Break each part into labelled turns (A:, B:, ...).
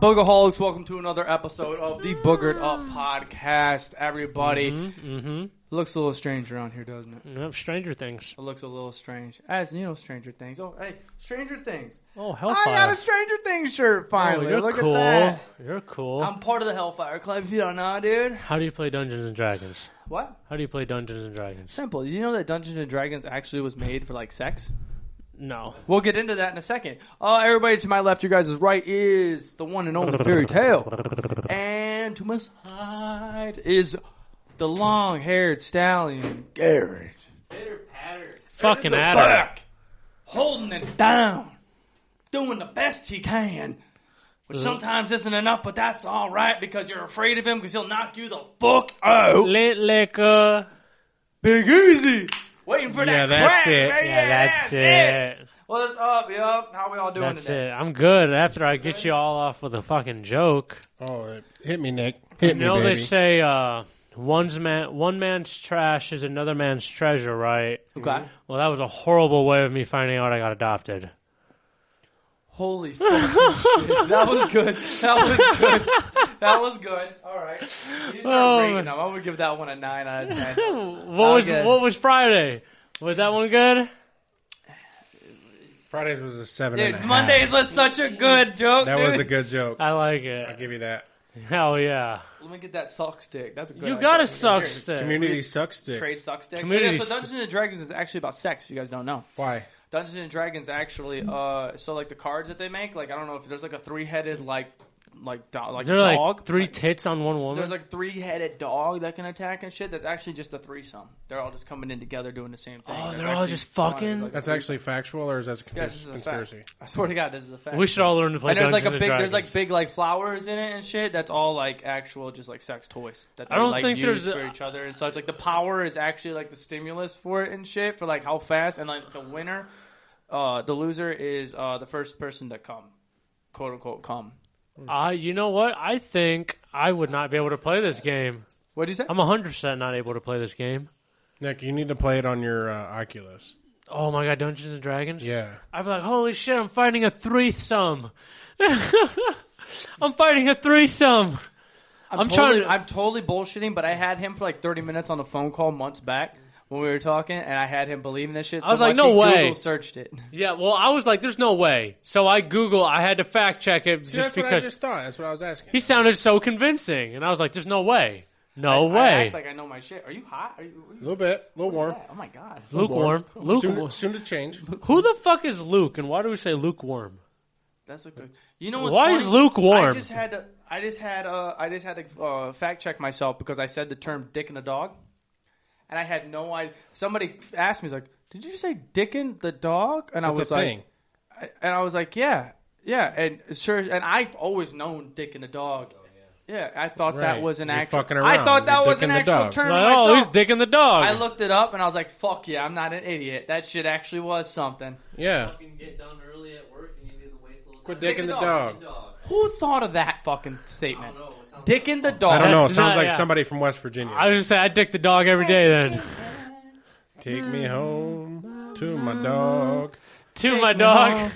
A: Boogerholics, welcome to another episode of the Boogered Up Podcast, everybody.
B: Mm-hmm.
A: Looks a little strange around here, doesn't it?
B: Yep, Stranger Things.
A: It looks a little strange. As you know, Stranger Things. Oh, hey, Stranger Things.
B: Oh,
A: I got
B: Hellfire.
A: a Stranger Things shirt
B: Oh,
A: finally.
B: you're
A: Look
B: cool. Oh.
A: at
B: You're cool.
A: that. Um, I'm part of the Hellfire Club, if you don't know, dude.
B: How do you play Dungeons and Dragons?
A: What?
B: How do you play Dungeons and Dragons?
A: Simple. You know that Dungeons and Dragons actually was made for like sex?
B: No.
A: We'll get into that in a second. Uh, everybody to my left, your guys' right, is the one and only Fairy Tale. And to my side is the long haired stallion, Garrett. Pitter patter.
B: Fucking at her.
A: Holding it down. Doing the best he can.
B: Uh-huh.
A: Which sometimes isn't enough, but that's alright because you're afraid of him because he'll knock you the fuck out.
B: Lit liquor.
A: Big Easy. Waiting for
B: Yeah,
A: that
B: that's
A: crack,
B: it.
A: baby.
B: Yeah, that's it.
A: What's up, yo? How we all doing
B: That's
A: today?
B: it. I'm good. After I get you all off with a fucking joke.
C: Oh, hit me, Nick. Hit
B: You know
C: me,
B: they
C: baby.
B: say uh, one's man, one man's trash is another man's treasure, right?
A: Okay.
B: Well, that was a horrible way of me finding out I got adopted.
A: Holy fucking shit. That was good. That was good. That was good. All right. You start
B: Oh,
A: rating
B: man.
A: them. I would give that one a 9 out of 10.
B: What was
A: good.
B: what was Friday? Was that one good?
C: Fridays was a seven and a
A: Dude,
C: half.
A: Mondays was such a good joke.
C: That
A: dude.
C: was Uh, a good joke.
B: I like
C: I'll
B: it.
C: give you that.
B: Hell yeah!
A: Let me get that suck stick. That's a good
B: You
A: idea.
B: gotta
A: Here,
B: suck stick.
C: Community sucks dicks.
A: Trade suck sticks.
B: Community
A: yeah, so
B: st-
A: Dungeons and Dragons is actually about sex, if you guys don't know.
C: Why?
A: Dungeons and Dragons actually, uh, so like the cards that they make, like I don't know if there's like a three headed, like, like, do- like
B: There are
A: dog.
B: like three tits on one woman.
A: There's like three headed dog that can attack and shit. That's actually just a threesome. They're all just coming in together doing the same thing.
B: Oh,
A: That's
B: they're all
A: actually
B: just
A: fun.
B: fucking-
A: Like,
C: That's actually factual, or is that a
A: Yeah, this is a fact.
C: conspiracy?
A: I swear to God, this is a fact.
B: we should all learn to play
A: and there's
B: Dungeons
A: like a
B: and
A: big, there's like
B: Dragons.
A: big like flowers in it and shit. That's all like actual, just like sex toys that they
B: I don't
A: like
B: think
A: use
B: there's a-
A: for each other and such. Like the power is actually like the stimulus for it and shit for like how fast and like the winner, uh, the loser is uh the first person to come, quote unquote come.
B: Uh, you know what? I think I would not be able to play this game.
A: What do you say?
B: I'm 100% not able to play this game.
C: Nick, you need to play it on your uh, Oculus.
B: Oh my god, Dungeons and Dragons?
C: Yeah.
B: I'd be like, holy shit, I'm fighting a threesome. I'm fighting a threesome.
A: I'm,
B: I'm
A: totally,
B: trying to-
A: I'm totally bullshitting, but I had him for like 30 minutes on a phone call months back when we were talking, and I had him believing this shit. So
B: I was like,
A: much
B: no
A: he
B: way.
A: Google searched it.
B: Yeah, well, I was like, there's no way. So I Google, I had to fact check it just
C: See, that's what I
B: because
C: just thought. That's what I was asking.
B: he sounded so convincing. And I was like, there's no way. No
A: I
B: way.
A: act like I know my shit. Are you hot? Are you,
C: A little bit, a little
A: are you
C: warm.
A: Oh my god.
B: lukewarm.
C: Soon,
B: Lukewarm.
C: soon to change.
B: Who the fuck is Luke and why do we say lukewarm?
A: That's a good. You know what's
B: Why is
A: funny?
B: lukewarm?
A: I just had to. I just had. Uh, I just had to uh, fact check myself because I said the term "dick and a dog," and I had no idea. Somebody asked me, "Like, did you say dick and the dog?" And I
C: That's a
A: was like,
C: thing.
A: I- and I was like, yeah, yeah, and sure, and I've always known Dick and the Dog. Yeah, I thought that
C: Right.
A: was an
C: You're
A: actual.
C: fucking
A: I
C: around.
A: thought that
C: You're
A: was
C: Dick
A: an
C: and the
A: actual
C: Dog.
A: term.
B: Like,
A: myself.
B: oh, he's dicking the dog.
A: I looked it up and I was like, fuck yeah, I'm not an idiot. That shit actually was something.
C: Yeah.
D: fucking get done early at work and you need to waste a little
C: Quit
D: time.
C: dicking the
A: dog.
C: dog.
D: Dog.
A: Who thought of that fucking
D: I
A: statement?
D: don't know. It sounds
A: Dick and the Dog.
C: I don't know. It
B: That's
C: sounds
B: not-
C: like
B: yeah.
C: somebody from West Virginia.
B: I was gonna say I dick the dog every day then.
C: Take me home to my dog.
B: to
A: Take
B: my
A: me
B: dog.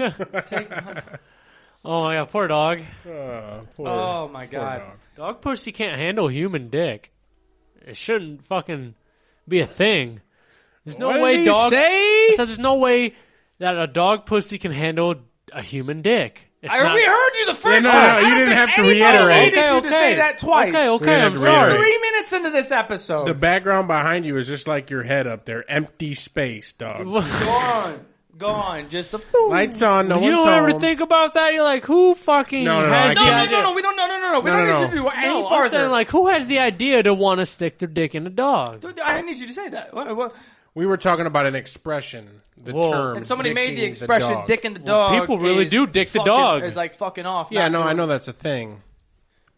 A: Take my-
B: oh my god, poor dog.
C: Oh, poor,
A: Oh my
C: poor
A: god.
C: dog.
B: Dog pussy can't handle human dick. It shouldn't fucking be a thing. There's no
C: What did
B: way
C: he
B: dog.
C: say?
B: I said there's no way that a dog pussy can handle a human dick. It's
A: I,
B: not-
A: we heard you the first
C: no,
A: time.
C: no,
A: I
C: you
A: don't
C: didn't
A: think
C: have to
A: anybody
C: reiterate.
A: needed you to say that twice.
B: Okay,
C: We
B: okay,
C: had
B: I'm
C: to
B: sorry.
C: reiterate.
A: Three minutes into this episode.
C: The background behind you is just like your head up there, empty space, dog.
A: gone. Gone. Just a
C: Lights on, no
B: you
C: one's
B: don't ever
C: home.
B: think about that? You're like, who fucking
C: No, no, no,
B: has the
C: I
A: No, no,
C: can't.
B: idea?
A: no, no, we don't, no, no, no, no, we
C: No,
A: don't
C: no,
A: need you to do any
B: No, I'm
A: farther.
B: saying, like, who has the idea to want to stick their dick in a dog?
A: Dude, I didn't need you to say that. What, what?
C: We were talking about an expression, the
B: Whoa.
C: term.
A: And somebody made
C: "dicking
A: the expression
C: dog."
A: "dick and the dog."
B: people really
A: is
B: do dick the
A: fucking-
B: dog.
A: Is like fucking off.
C: Yeah,
A: not
C: no,
A: doing-
C: I know that's a thing,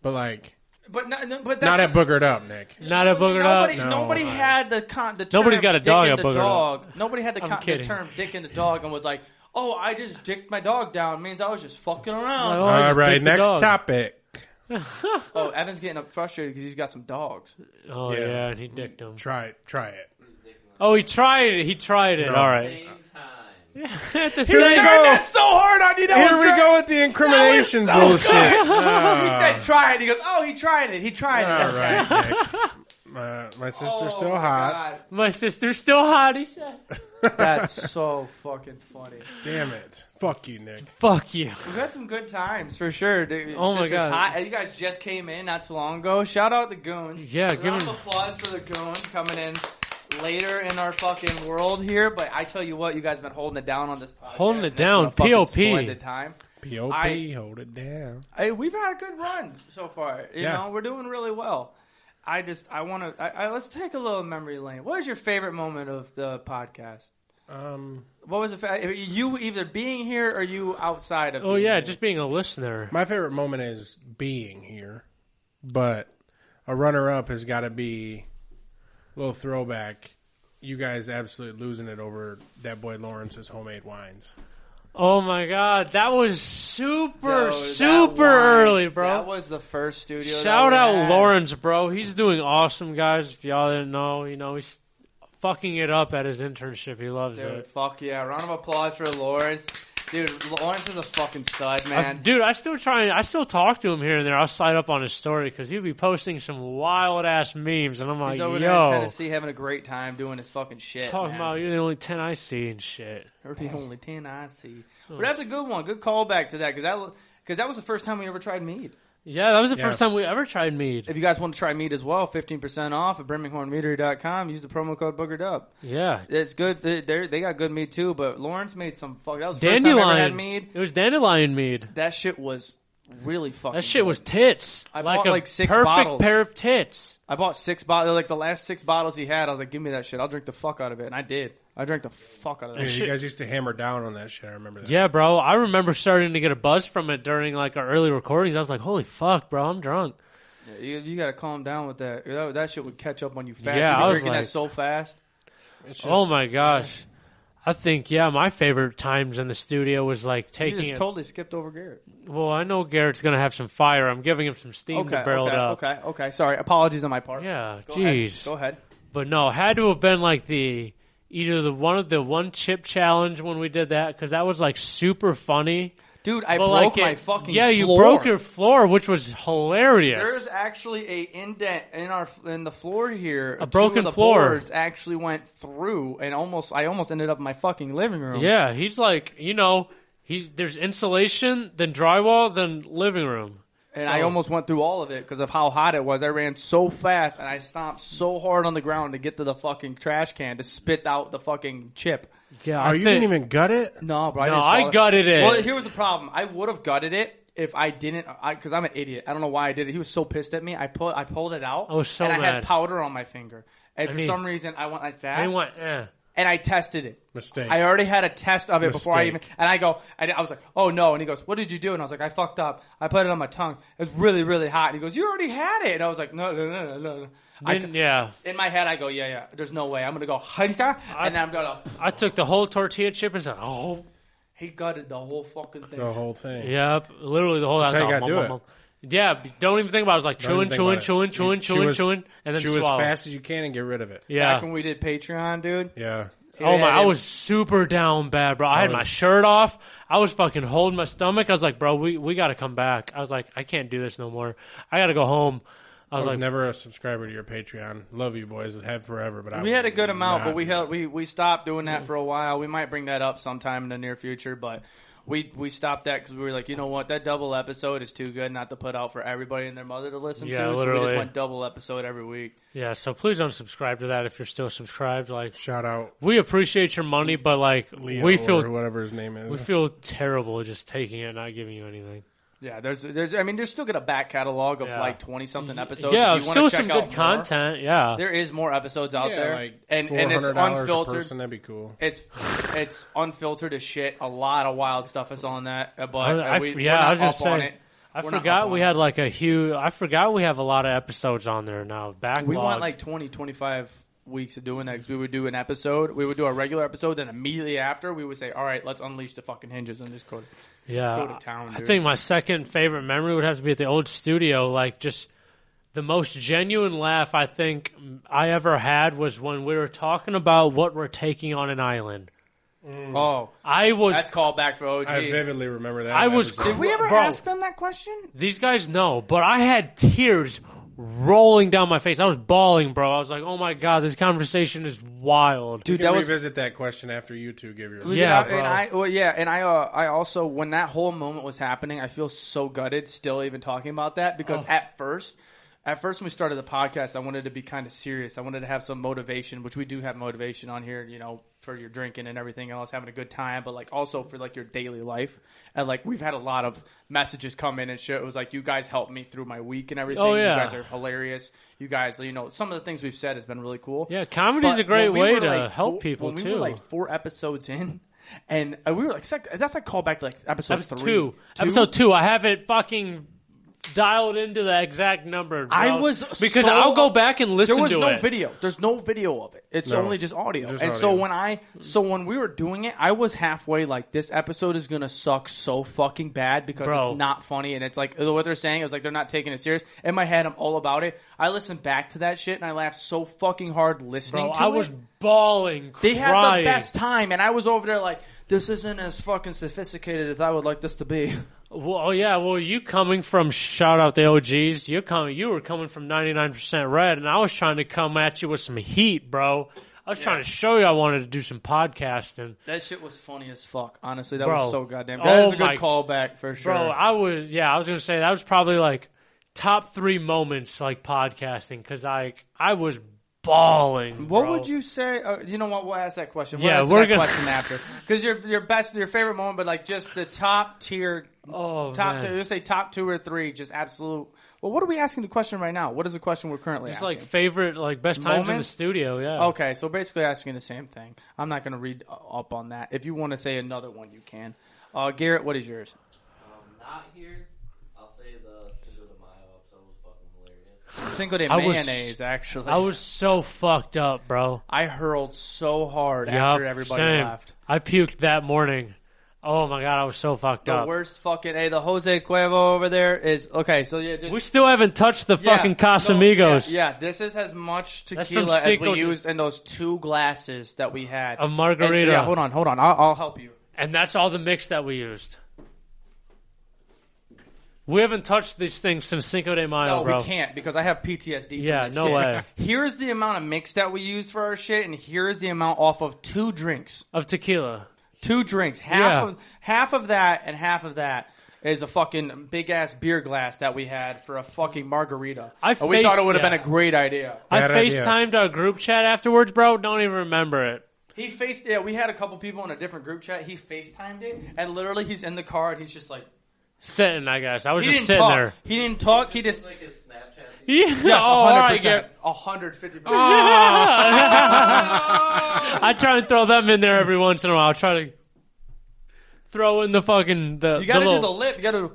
C: but like
A: But not, no, but that's,
C: not at boogered up, Nick.
B: Not a booger
A: Nobody,
B: dog.
C: No.
A: nobody had the con. The term
B: Nobody's got a
A: dick
B: dog
A: and
B: at
A: the
B: Booger
A: dog. Nobody had the,
B: I'm
A: con- the
B: kidding.
A: term "dick and the dog" and was like, "Oh, I just dicked my dog down." Means I was just fucking around.
B: Like, oh, I
C: All
B: just
C: right,
B: dicked the
C: next
B: dog.
C: topic.
A: oh, Evan's getting up frustrated because he's got some dogs.
B: Oh
C: Yeah.
B: yeah, and he dicked him.
C: Try it. Try it.
B: Oh, he tried it. He tried it.
C: No.
B: All
D: like
A: Uh.
B: right.
D: same time.
B: At the
A: You
B: same-
A: turned that so hard on you. That was
C: Here we
A: great.
C: go with the incrimination
A: That was
C: bullshit.
A: so good. he
C: Ah.
A: said try it. He goes, oh, he tried it. He tried it.
C: All right, Nick. My, my sister's
A: Oh,
C: still
A: my
C: hot.
A: God.
B: My sister's still hot. He said,
A: That's so fucking funny.
C: Damn it. Fuck you, Nick.
B: "Fuck you."
A: We've had some good times for sure. Dude.
B: Oh, my
A: Sisters
B: God.
A: Hot. You guys just came in not so long ago. Shout out the goons.
B: Yeah,
A: A
B: give
A: round of
B: him.
A: applause for the goons coming in later in our fucking world here. But I tell you what, you guys have been holding it down on this. Podcast,
B: Holding it
A: and it's been a
B: down,
A: fucking
B: POP.
A: splendid time.
C: P.O.P.
A: I-
C: hold it down.
A: Hey, we've had a good run so far. You
C: Yeah.
A: know, we're doing really well. I just, I want to, I, I, let's take a little memory lane. What is your favorite moment of the podcast?
C: Um,
A: What was the fa- you either being here or you outside of?
B: Oh
A: being
B: yeah,
A: here?
B: just being a listener.
C: my favorite moment is being here, but a runner-up has got to be a little throwback. You guys absolutely losing it over that boy Lawrence's homemade wines.
B: Oh my god, that was super,
A: Yo, that
B: super
A: wine,
B: early,
A: That
B: bro.
A: was the first studio. that
B: Shout
A: we
B: out
A: had.
B: Lawrence, bro. He's doing awesome, guys. If y'all didn't know, you know he's fucking it up at his internship. He loves
A: dude.
B: it.
A: Fuck yeah! Round of applause for Lawrence, dude. Lawrence is a fucking stud,
B: I,
A: man.
B: dude, I still try. I still talk to him here and there. I'll slide up on his story because he'll be posting some wild ass memes, and I'm like,
A: He's over there in
B: yo,
A: Tennessee having a great time doing his fucking shit.
B: talking
A: man.
B: about you're the only ten I see and shit.
A: Or the only ten I see.
B: Oh.
A: But that's a good one. Good callback to that because that because that was the first time we ever tried mead.
B: Yeah, that was the
C: Yeah.
B: first time we ever tried mead.
A: If you guys want to try mead as well, fifteen percent off at birminghornmeadery.com. Use the promo code boogered up.
B: Yeah,
A: It's good. They they're- they got good mead too. But Lawrence made some fuck. That was the first time I ever had
B: dandelion.
A: mead.
B: It was dandelion mead.
A: That shit was really fucking.
B: That shit
A: good.
B: was tits.
A: I
B: like
A: bought,
B: a
A: like, six
B: perfect
A: bottles.
B: pair of tits.
A: I bought six bottles, like the last six bottles he had. I was like, "Give me that shit. I'll drink the fuck out of it." And I did. I drank the fuck out of
C: Yeah,
A: that.
B: Shit.
A: shit.
C: you guys used to hammer down on that shit. I remember that.
B: Yeah, bro. I remember starting to get a buzz from it during like our early recordings. I was like, "Holy fuck, bro! I'm drunk."
A: You, you got to calm down with that. that. That shit would catch up on you fast.
B: Yeah,
A: You'd be
B: I was
A: drinking
B: like-
A: that so fast.
C: It's just,
B: oh my gosh. I think yeah, my favorite times in the studio was like
A: You
B: taking
A: just
B: it.
A: totally skipped over Garrett.
B: well, I know Garrett's gonna have some fire. I'm giving him some steam
A: Okay,
B: to barrel
A: okay,
B: it up.
A: okay, okay. Sorry, apologies on my part.
B: Yeah,
A: Go
B: jeez.
A: Ahead. Go ahead.
B: But no, had to have been like the either the one of the one chip challenge when we did that because that was like super funny.
A: Dude, I
B: But
A: broke
B: like it-
A: my fucking
B: yeah, you
A: floor.
B: broke your floor, which was hilarious.
A: There's actually a indent in our in the floor here. Two
B: broken
A: of the
B: floor.
A: boards actually went through and almost I almost ended up in my fucking living room.
B: Yeah, he's like, you know, he there's insulation, then drywall, then living room.
A: And I almost went through all of it because of how hot it was. I ran so fast and I stomped so hard on the ground to get to the fucking trash can to spit out the fucking chip.
B: Yeah,
C: Oh, you didn't even gut it?
A: No, bro. I
B: No,
A: didn't swallow
B: I gutted it.
A: Well, here was the problem. I would have gutted it if I didn't, because I'm an idiot. I don't know why I did it. He was so pissed at me. I pulled, I pulled it out.
B: I was so
A: and I had
B: mad.
A: powder on my finger, and for
B: mean-
A: some reason I went like that,
B: I went, eh.
A: and I tested it.
C: Mistake.
A: I already had a test of it before I even,
C: Mistake.
A: and I go, and I was like, oh no, and he goes, what did you do? And I was like, I fucked up. I put it on my tongue. It was really, really hot. And he goes, you already had it. And I was like, no, no, no, no, no. I,
B: Didn't- yeah,
A: in my head, I go, yeah, yeah. There's no way. I'm gonna go, "Hunka," and then I'm gonna.
B: I took the whole tortilla chip and said, oh,
A: He gutted the whole fucking thing.
C: the whole thing.
B: yep, literally the whole. That's
C: how you gotta do it.
B: Yeah, b- don't even think about it. It's like
C: Don't
B: chewing,
C: even think
B: chewing,
C: about it.
B: chewing,
C: You
B: chewing,
C: chew
B: chewing,
C: as-
B: chewing, and then
C: Chew as
B: swallow.
C: fast as you can and get rid of it.
B: yeah.
A: Back when we did Patreon, dude.
C: Yeah.
B: Oh my!
A: Yeah,
B: I
A: dude.
B: was super down bad, bro. I, had
C: was-
B: my shirt off. I was fucking holding my stomach. I was like, bro, we we got to come back. I was like, I can't do this no more. I got to go home. I
C: I
B: was
C: was
B: like,
C: never a subscriber to your Patreon. Love you boys. Have forever, but I
A: We had a
C: would
A: good amount, but
C: not-
A: we held we we stopped doing that for a while. We might bring that up sometime in the near future, but we we stopped that because we were like, you know what, that double episode is too good not to put out for everybody and their mother to listen
B: Yeah,
A: to. So we just
B: literally.
A: went double episode every week.
B: yeah. So please don't subscribe to that if you're still subscribed. Like,
C: Shout out
B: we appreciate your money, but like
C: Leo
B: we
C: or
B: feel
C: whatever his name
B: we
C: is.
B: feel terrible just taking it, and not giving you anything.
A: Yeah, there's there's I mean, there's still got a back catalog of
B: Yeah.
A: like twenty something episodes.
B: yeah,
A: if you wanna
B: still
A: check
B: some
A: out
B: good
A: more,
B: content. Yeah,
A: There is more episodes out
C: yeah,
A: there,
C: like
A: and and it's
C: $400 a
A: unfiltered.
C: person. That'd be cool.
A: It's it's unfiltered as shit. A lot of wild stuff is on that, uh, but
B: I- I-
A: uh, we,
B: yeah,
A: we're not
B: I was
A: up
B: just
A: on
B: saying,
A: it.
B: I
A: We're not up
B: forgot
A: on
B: we
A: it.
B: had like a huge. I forgot we have a lot of episodes on there now. Backlog.
A: We want like 20, 25 weeks of doing that 'cause we would do an episode, we would do a regular episode, then immediately after we would say, "All right, let's unleash the fucking hinges on this code."
B: yeah,
A: go to town,
B: I
A: dude.
B: think my second favorite memory would have to be at the old studio. Like just the most genuine laugh I think I ever had was when we were talking about what we're taking on an island.
A: Oh,
B: I was.
A: that's called back for OG.
C: I vividly remember that.
B: I was
C: episode.
B: cr-
A: Did we ever
B: Bro.
A: ask them that question?
B: These guys know, but I had tears rolling down my face. I was bawling, bro. I was like, "Oh my god, this conversation is wild."
C: We
A: Dude,
C: can
A: that was
C: revisit that question after you two give your.
B: Yeah,
A: and I- and I well, yeah, and I uh, I also when that whole moment was happening, I feel so gutted still even talking about that
B: Oh.
A: because at first, at first when we started the podcast, I wanted to be kind of serious. I wanted to have some motivation, which we do have motivation on here, you know, for your drinking and everything else, having a good time, but like also for like your daily life. And like we've had a lot of messages come in and shit. It was like you guys helped me through my week and everything.
B: Oh, yeah.
A: You guys are hilarious. You guys, you know, some of the things we've said has been really cool.
B: Yeah, comedy's
A: But
B: a great
A: when we
B: way
A: were,
B: to
A: like,
B: help
A: four-
B: people
A: when we
B: too.
A: Were like four episodes in, and uh, we were like, sec- that's like callback to like episode,
B: episode
A: three.
B: two. episode two. I have it fucking dialed into the exact number. bro.
A: I was
B: because
A: so-
B: I'll go back and listen
A: There was
B: to
A: no
B: it.
A: video. There's no video of it. It's
C: No.
A: only just audio.
C: Just
A: and so
C: audio.
A: when I so when we were doing it, I was halfway like this episode is gonna suck so fucking bad because
B: Bro.
A: it's not funny and it's like what they're saying is like they're not taking it serious. In my head, I'm all about it. I listened back to that shit and I laughed so fucking hard listening
B: Bro,
A: to
B: I
A: it.
B: was bawling.
A: They had
B: crying.
A: the best time, and I was over there like, this isn't as fucking sophisticated as I would like this to be.
B: Well, oh yeah. Well, you coming from shout out the OGs. You coming. You were coming from ninety nine percent red, and I was trying to come at you with some heat, bro. I was trying to show you I wanted to do some podcasting,
A: That shit was funny as fuck. Honestly, that
B: Bro.
A: was so goddamn. That
B: Oh
A: was a
B: my-
A: good callback for sure.
B: bro. I was yeah. I was gonna say that was probably like top three moments like podcasting because I I was bawling.
A: what
B: bro.
A: would you say? Uh, you know what? We'll ask that question. We'll
B: Yeah,
A: ask
B: we're
A: that
B: gonna-
A: question after because your your best, your favorite moment, but like just the top tier,
B: Oh,
A: top
B: man.
A: two. Let's say top two or three, just absolute. Well, what are we asking the question right now? What is the question we're currently
B: Just
A: asking?
B: like favorite, like best times in the
A: Moment?
B: studio. Yeah.
A: Okay, so basically asking the same thing. I'm not going to read up on that. If you want to say another one, you can. Uh, Garrett, what is yours?
D: Um, not here. I'll say the Cinco de Mayo episode was fucking hilarious.
A: Cinco de
B: I was-
A: mayonnaise, actually.
B: I was so fucked up, bro.
A: I hurled so hard
B: Yup,
A: after everybody
B: same.
A: left.
B: I puked that morning. Oh my god, I was so fucked
A: The
B: up.
A: worst fucking. Hey, the Jose Cuervo over there is okay. So yeah, just
B: We still haven't touched the
A: yeah,
B: fucking
A: no,
B: Casamigos
A: yeah, yeah, this is as much
B: That's
A: tequila
B: some
A: as we
B: Cinco de-
A: used in those two glasses that we had.
B: of
A: And-
B: margarita,
A: yeah, hold on, hold on. I'll, I'll help you.
B: and that's all the mix that we used. We haven't touched these things since Cinco de Mayo,
A: No,
B: bro.
A: we can't because I have PTSD. from
B: Yeah,
A: that
B: no
A: shit.
B: way.
A: Here's the amount of mix that we used for our shit, and here's the amount off of two drinks.
B: Of tequila.
A: Two drinks. Half
B: Yeah.
A: of half of that, and half of that is a fucking big ass beer glass that we had for a fucking margarita.
B: I
A: and we thought
B: faced-
A: it would have
B: yeah.
A: been a great idea.
B: I
C: Bad idea.
B: FaceTimed our group chat afterwards, bro. Don't even remember it.
A: He faced. Yeah, we had a couple people in a different group chat. He Facetimed it, and literally he's in the car, and he's just like
B: Sitting, I guess. I was
A: he
B: just
A: didn't
B: sitting
A: talk.
B: there.
A: He didn't talk. He just.
D: Like his Snapchat.
B: Yeah.
A: Yes,
B: oh, all right,
A: 100%,
B: Garrett.
A: 150.
B: Ah, I try and throw them in there every once in a while. I try to throw in the fucking the,
A: You gotta
B: the
A: do the
B: little,
A: lip. You gotta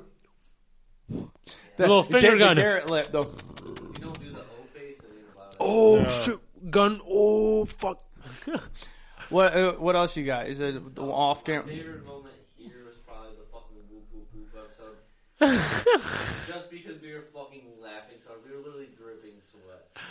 A: do the
B: little
A: the
B: finger
A: Gar-
B: gun.
A: The Garrett lip, though.
D: You don't do the O face and ain't about it.
B: oh shoot gun oh fuck.
A: What uh, what else you got? Is it the off camera?
D: My favorite moment here was probably the fucking whoop whoop whoop episode. Just because we were fucking laughing, so we were literally dripping sweat.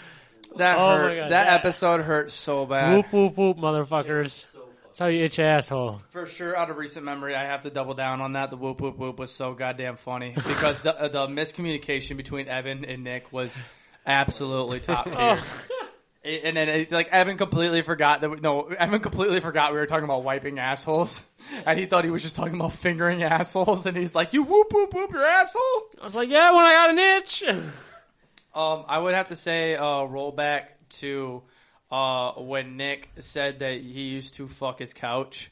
A: That
B: Oh my
A: hurt.
B: God,
A: that
B: yeah.
A: episode hurt so bad.
B: whoop whoop whoop motherfuckers. That's
D: So fucking.
B: how you itch your asshole.
A: For sure, out of recent memory, I have to double down on that. The whoop whoop whoop was so goddamn funny because the uh, the miscommunication between Evan and Nick was absolutely top tier.
B: Oh,
A: It- And then it's like Evan completely forgot that we, no Evan completely forgot we were talking about wiping assholes, and he thought he was just talking about fingering assholes, and he's like, "You whoop whoop whoop your asshole."
B: I was like, yeah, when I got an itch.
A: Um, I would have to say uh, roll back to uh, when Nick said that he used to fuck his couch.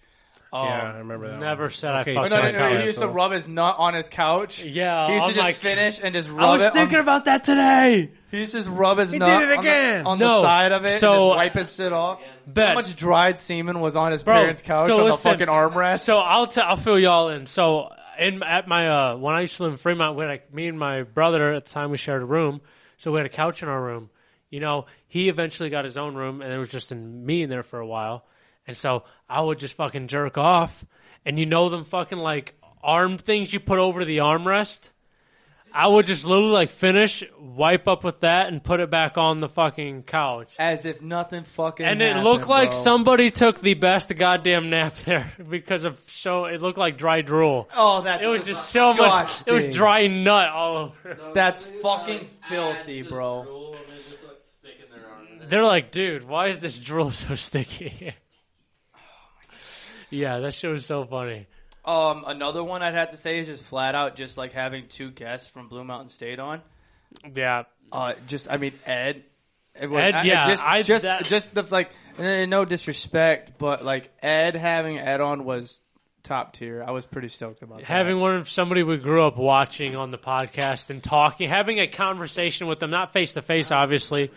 A: Um,
C: yeah, I remember that.
B: never
C: one.
B: said I
C: Okay,
B: fucked
A: Oh, no,
B: my
A: no,
B: couch.
A: no, He used to rub his nut on his couch.
B: Yeah,
A: He used
B: I'm
A: to just
B: like-
A: finish and just rub
B: I was
A: it.
B: thinking
A: on,
B: about that today.
A: he used to just rub his
C: He
A: nut
C: did it
A: on the-
C: again!
A: on the,
B: No,
A: side of it
B: so-
A: and just wipe his shit off.
B: Bets.
A: How much dried semen was on his
B: Bro,
A: parents' couch
B: so
A: on the
B: listen.
A: fucking armrest?
B: So I'll t- I'll fill y'all in. So in at my uh, when I used to live in Fremont, when I, me and my brother at the time we shared a room, so we had a couch in our room. You know, he eventually got his own room, and it was just in me in there for a while. And so I would just fucking jerk off, and you know them fucking like arm things you put over the armrest. I would just literally like finish, wipe up with that, and put it back on the fucking couch.
A: As if nothing fucking.
B: And it
A: happened,
B: looked like
A: bro.
B: somebody took the best goddamn nap there because of so it looked like dry drool.
A: Oh, that's
B: It was just so much. It
A: disgusting.
B: was dry nut all over.
A: That's
D: It's
A: fucking
D: like, ah,
A: filthy,
D: it's just
A: bro.
D: drool and they just, like, stick in their arm.
B: They're like, dude, why is this drool so sticky? yeah, that shit was so funny.
A: Um, another one I'd have to say is just flat out, just like having two guests from Blue Mountain State on.
B: Yeah,
A: Uh, just I mean Ed. It was-
B: Ed, yeah,
A: just,
B: I-
A: just,
B: that-
A: just the like, eh, no disrespect, but like Ed having Ed on was top tier. I was pretty stoked about that.
B: having one of somebody we grew up watching on the podcast and talking, having a conversation with them, not face to face, obviously,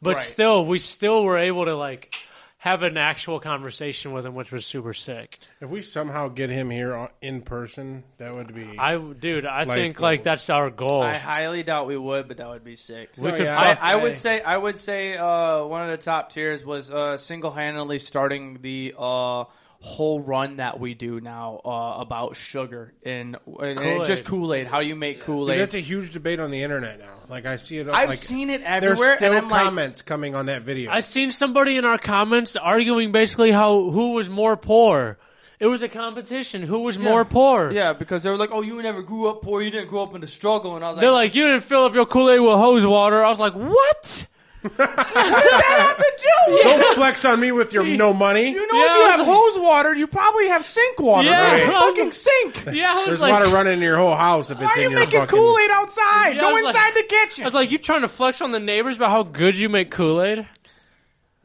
B: but
A: Right.
B: still, we still were able to like have an actual conversation with them, which was super sick.
C: If we somehow get him here on- in person, that would be.
B: I, dude, I
C: Life
B: think like
C: goals.
B: that's our goal.
A: I highly doubt we would, but that would be sick.
B: we
C: Oh,
B: could
C: yeah.
A: I,
B: fuck-
A: I
C: Hey.
A: would say I would say uh, one of the top tiers was uh, single handedly starting the uh, whole run that we do now uh, about sugar and, and
B: Kool-Aid.
A: just Kool Aid, how you make Kool
C: Dude,
A: Aid.
C: that's a huge debate on the internet now. Like I see it.
A: I've
C: like,
A: seen it
C: There's
A: everywhere,
C: still
A: and I'm like,
C: comments coming on that video.
B: I seen somebody in our comments arguing basically how who was more poor. It was a competition. Who was more poor?
A: yeah, because they were like, oh, you never grew up poor, you didn't grow up in the struggle, and I was
B: They're
A: like,
B: like, you didn't fill up your Kool Aid with hose water. I was like, what?
C: Don't flex on me with your no money.
A: you know,
B: yeah,
A: if you
B: I
A: have
B: was-
A: hose water, you probably have sink water,
B: Yeah,
A: right?
B: I was-
A: fucking sink.
B: Yeah, I was
C: There's
B: like,
C: water running in your whole house if it's
A: Why are you
C: in your
A: making
C: fucking.
A: Kool Aid outside?
B: Yeah, I
A: Go
B: was like-
A: inside the
B: I
A: kitchen.
B: was like, you trying to flex on the neighbors about how good you make Kool Aid?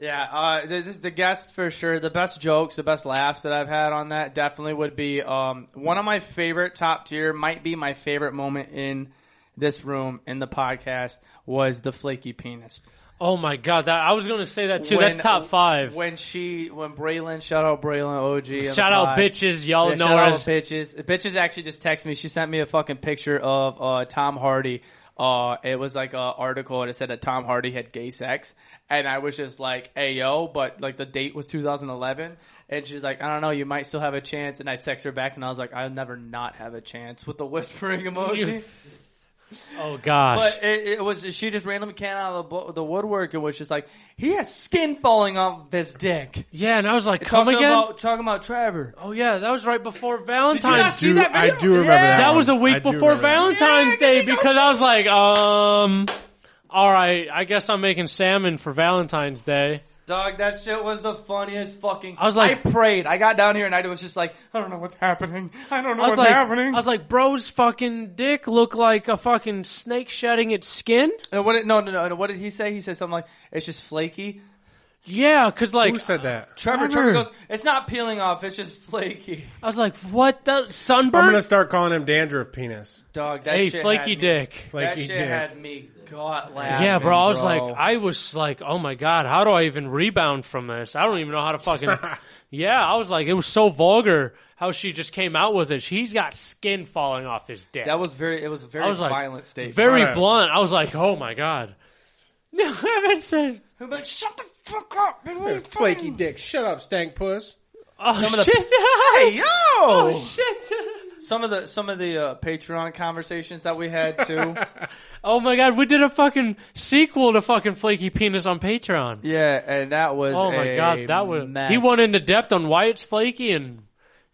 A: Yeah, uh, the, this- the guests for sure. The best jokes, the best laughs that I've had on that definitely would be um, one of my favorite top tier. Might be my favorite moment in this room in the podcast was the flaky penis.
B: Oh my god, that I was gonna say that too. That's
A: When-
B: top five.
A: When she, when Braylon, shout out Braylon, OG, on the
B: shout out
A: pod.
B: bitches, y'all
A: Yeah,
B: know
A: shout out
B: us.
A: bitches. Bitches actually just texted me. She sent me a fucking picture of uh, Tom Hardy. Uh, it was like an article and it said that Tom Hardy had gay sex, and I was just like, "Hey yo," but like the date was 2011, and she's like, "I don't know, you might still have a chance." And I text her back, and I was like, "I'll never not have a chance" with the whispering emoji.
B: You- Oh gosh.
A: But it, it was she just randomly came out of the, bo- the woodwork and was just like, "He has skin falling off of his dick."
B: yeah, and I was like, come
A: talking
B: again?
A: about talking about Trevor.
B: oh yeah, that was right before
A: Did you
B: Valentine's
A: not
B: Day.
A: see that video?
C: I do remember
A: Yeah.
C: that.
B: That
C: one.
B: was a
C: I
B: week
C: do
B: before
C: remember that one.
B: Valentine's
A: Yeah,
B: Day
A: because
B: because I was like, um, all right, I guess I'm making salmon for Valentine's Day.
A: Dog, that shit was the funniest fucking.
B: I was like-
A: I prayed. I got down here and I was just like, I don't know what's happening. I don't know
B: I was
A: what's
B: like,
A: happening.
B: I was like, bro's fucking dick look like a fucking snake shedding its skin.
A: no, what did, no, no, no, no. What did he say? He said something like, "It's just flaky."
B: Yeah, cause like
C: Who said that?
A: Trevor,
B: Trevor.
A: Trevor goes, "It's not peeling off. It's just flaky."
B: I was like, what the
C: I'm
B: sunburn?
C: gonna start calling him dandruff penis.
A: Dog, that
B: hey,
A: shit
B: flaky
A: had Me,
B: dick.
A: that
C: Flaky
A: shit
C: dick.
A: had me god laughing.
B: Yeah, bro. I was
A: bro.
B: like, I was like, oh my god, how do I even rebound from this? I don't even know how to fucking. yeah, I was like, it was so vulgar how she just came out with it. She's got skin falling off his dick.
A: that was very. It was a very
B: I was like,
A: violent statement.
B: very
C: Alright.
B: blunt. I was like, oh my god. No, I haven't said.
A: He'd be like, shut the fuck up. man. What are you
C: Flaky
A: fucking-
C: dick. Shut up, stank puss.
B: Oh
A: of the-
B: shit!
A: Hey yo.
B: oh shit!
A: Some of the some of the uh, Patreon conversations that we had too.
B: Oh my god, we did a fucking sequel to fucking Flaky Penis on Patreon.
A: yeah, and that was.
B: Oh my
A: a
B: god, that was
A: mess.
B: he went into depth on why it's flaky and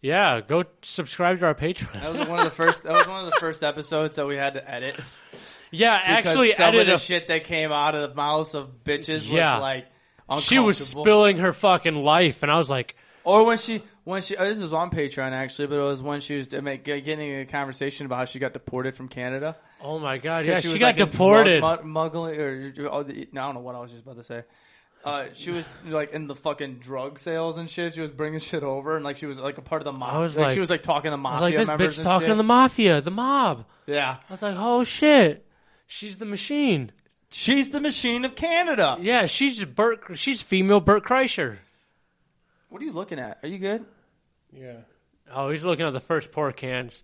B: yeah, go subscribe to our Patreon.
A: That was one of the first. That was one of the first episodes that we had to edit. Because
B: yeah, actually,
A: some of
B: edit
A: the
B: a,
A: shit that came out of the mouths of bitches
B: Yeah.
A: was like
B: she was
A: uncomfortable.
B: spilling her fucking life, and I was like,
A: Or when she when she oh, this was on Patreon actually, but it was when she was to make- getting a conversation about how she got deported from Canada.
B: oh my god,
A: 'Cause
B: yeah, she,
A: was,
B: got
A: like, in drug
B: deported.
A: mug- muggling or oh, the- no, I don't know what I was just about to say. Uh, she was like in the fucking drug sales and shit. She was bringing shit over and like she was like a part of the mob.
B: I was
A: like,
B: like-
A: she was like talking to
B: I was
A: mafia
B: like, this
A: members
B: bitch
A: and
B: talking
A: shit.
B: to the mafia, the mob.
A: yeah.
B: I was like, oh shit, she's the machine.
A: She's the machine of Canada.
B: Yeah, she's Bert. She's female Bert Kreischer.
A: What are you looking at? Are you good?
C: Yeah.
B: Oh, he's looking at the first pour cans.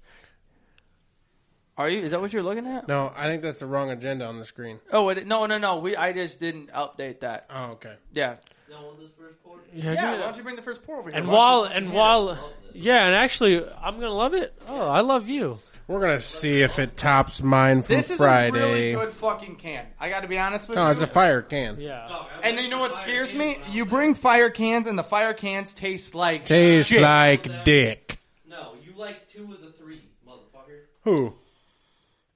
A: Are you? Is that what you're looking at?
C: No, I think that's the wrong agenda on the screen.
A: Oh, it, no, no, no. We I just didn't update that.
C: Oh, okay.
A: Yeah.
D: Y'all want this first quarter?
B: Yeah,
A: Yeah.
B: give
A: Why
B: me that.
A: don't you bring the first pour over here?
B: and
A: Why don't
B: while and while yeah, and actually, I'm gonna love it. Oh, I love you.
C: We're gonna see if it tops mine from
A: This is
C: Friday.
A: a really good fucking can. I got to be honest with
C: no,
A: you.
C: it's a fire can.
B: Yeah.
D: Dog, I
A: and
D: went
A: you know what
D: to fire
A: scares
D: cans
A: me?
D: when I
A: You
D: was
A: bring fire cans, and the fire cans taste like
C: Tastes
A: shit.
C: like dick.
D: there. No, you like two of the three, motherfucker.
C: Who?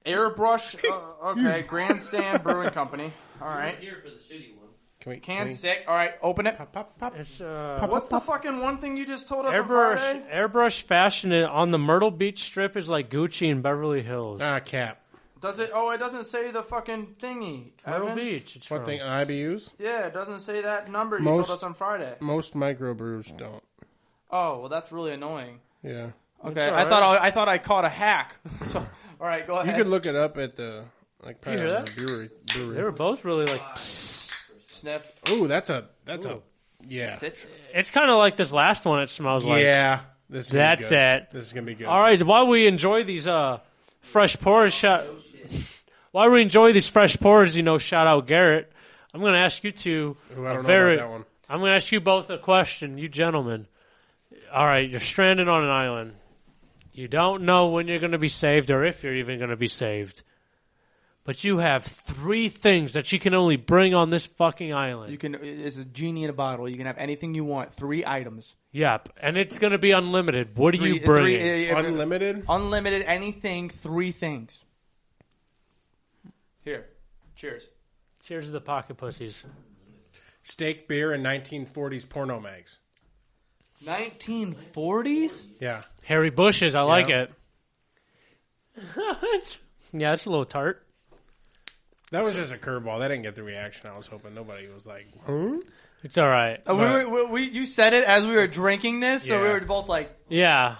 A: Airbrush. Uh, okay, Grandstand Brewing Company. All
D: Right
A: right,
D: here for the shitty one.
C: Can we?
A: can sick. All right, open it.
C: Pop, pop, pop.
B: It's uh,
A: What's the fucking one thing you just told us? on Friday?
B: airbrush. Airbrush fashion in- on the Myrtle Beach Strip is like Gucci in Beverly Hills.
C: Ah, cap.
A: Does it? Oh, it doesn't say the fucking thingy.
B: Myrtle
A: Evan?
B: Beach. It's
C: One
B: from.
C: thing IBUs.
A: Yeah, it doesn't say that number you
C: Most-
A: told us on Friday.
C: Most microbrews don't.
A: Oh, well, that's really annoying.
C: Yeah,
A: Okay,
B: all
A: I thought
B: right.
A: I, I thought I caught a hack. so, all right, go
C: you
A: ahead.
C: could look it up at the like probably
B: hear
C: the
B: that?
C: brewery.
B: They
C: brewery.
B: were both really like.
A: sniff
C: Ooh, that's a that's a yeah
A: citrus.
B: It's kind of like this last one. It smells like.
C: yeah. This is gonna be
B: That's
C: good.
B: it.
C: This is gonna be good.
B: All right. While we enjoy these uh, fresh pours, shout. While we enjoy these fresh pours, you know, shout out Garrett. I'm going to ask you two.
C: Ooh, I
B: a
C: don't know
B: very-
C: about that one.
B: I'm going to ask you both a question, you gentlemen. All right, you're stranded on an island. You don't know when you're going to be saved or if you're even going to be saved. But you have three things that you can only bring on this fucking island.
A: You can. It's a genie in a bottle. You can have anything you want. Three items.
B: yep, and it's going to be unlimited. What do
A: Three,
B: you bring?
A: three- if-
C: Unlimited.
A: unlimited anything. Three things. Here, cheers.
B: Cheers to the pocket pussies.
C: steak, beer, and 1940s porno mags.
A: 1940s.
C: Yeah,
B: Harry Bushes, I like
C: Yeah.
B: it. yeah, it's a little tart.
C: that was just a curveball. That didn't get the reaction I was hoping. Nobody was like, "Hmm."
B: It's all right.
A: Uh, we,
C: But-
A: were, we, we, you said it as we were drinking this, so we
C: Yeah.
A: were both like,
B: Yeah.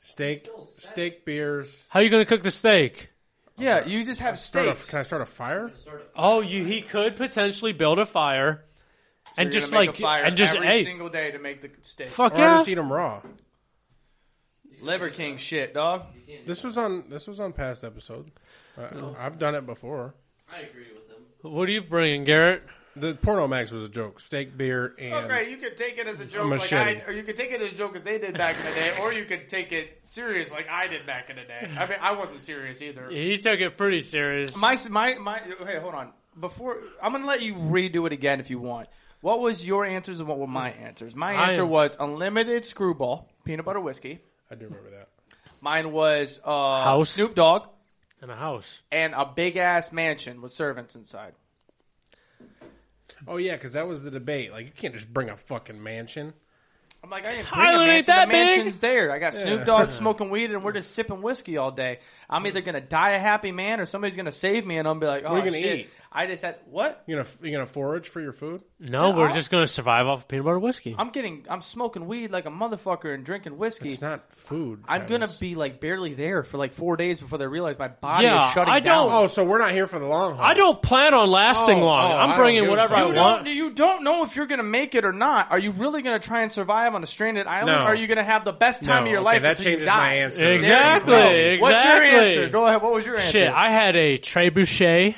C: Steak, steak, beers.
B: How you going to cook the steak?
A: "Yeah, you just have
C: Start a,
A: steaks."
C: can I start a fire?
B: Oh, you he could potentially build a fire, and
A: You're
B: just
A: gonna make
B: like
A: a fire
B: and just
A: every
B: hey,
A: single day to make the steak.
B: fuck
C: Or I
B: yeah,
C: just eat them raw.
A: Liver King shit, dog.
C: This was on this was on past episode. Uh,
A: Oh.
C: I've done it before.
D: I agree with him.
B: what are you bringing, Garrett?
C: The porno mags was a joke. Steak, beer, and
A: Okay, you could take it as a joke, like
C: machete.
A: I, or you could take it as a joke as they did back in the day, or you could take it serious, like I did back in the day. I mean, I wasn't serious either.
B: He took it pretty serious.
A: My, my, my. Hey, hold on. Before I'm gonna let you redo it again if you want. What was your answers and what were my answers? My
B: I
A: answer
B: am-
A: was unlimited screwball, peanut butter whiskey.
C: I do remember that.
A: Mine was uh,
B: House?
A: Snoop Dogg
B: In a house,
A: and a big ass mansion with servants inside.
C: Oh yeah, because that was the debate. Like you can't just bring a fucking mansion.
A: I'm like, I didn't bring
B: Island
A: a
B: ain't
A: mansion.
B: that
A: the
B: big.
A: mansion's there. I got Snoop Dogg smoking weed, and we're just sipping whiskey all day. I'm either gonna die a happy man, or somebody's gonna save me, and I'm gonna be like, oh
C: are you gonna
A: shit,
C: eat?
A: I just had what?
C: You gonna you gonna forage for your food?
B: no, we're
A: I'll-
B: just gonna survive off of peanut butter whiskey.
A: I'm getting, I'm smoking weed like a motherfucker and drinking whiskey.
C: It's not food.
A: I'm gonna
C: Travis.
A: be like barely there for like four days before they realize my body
B: Yeah,
A: is shutting
B: I
A: down.
B: don't-
C: Oh, so we're not here for the long haul.
B: I don't plan on lasting
C: Oh,
B: long.
C: oh, I
B: I'm
C: don't
B: bringing
C: give a
B: whatever
C: fuck.
B: I
A: You
B: want.
A: don't, you don't know if you're going to make it or not. Are you really going to try and survive on a stranded island?
C: No.
A: Or are you going to have the best
C: No,
A: time of your
C: okay,
A: life?
C: That
A: until
C: changes
A: you die?
C: my answer.
B: Exactly.
A: No.
B: exactly.
A: What's your answer? Go ahead. What was your answer?
B: Shit, I had a trebuchet.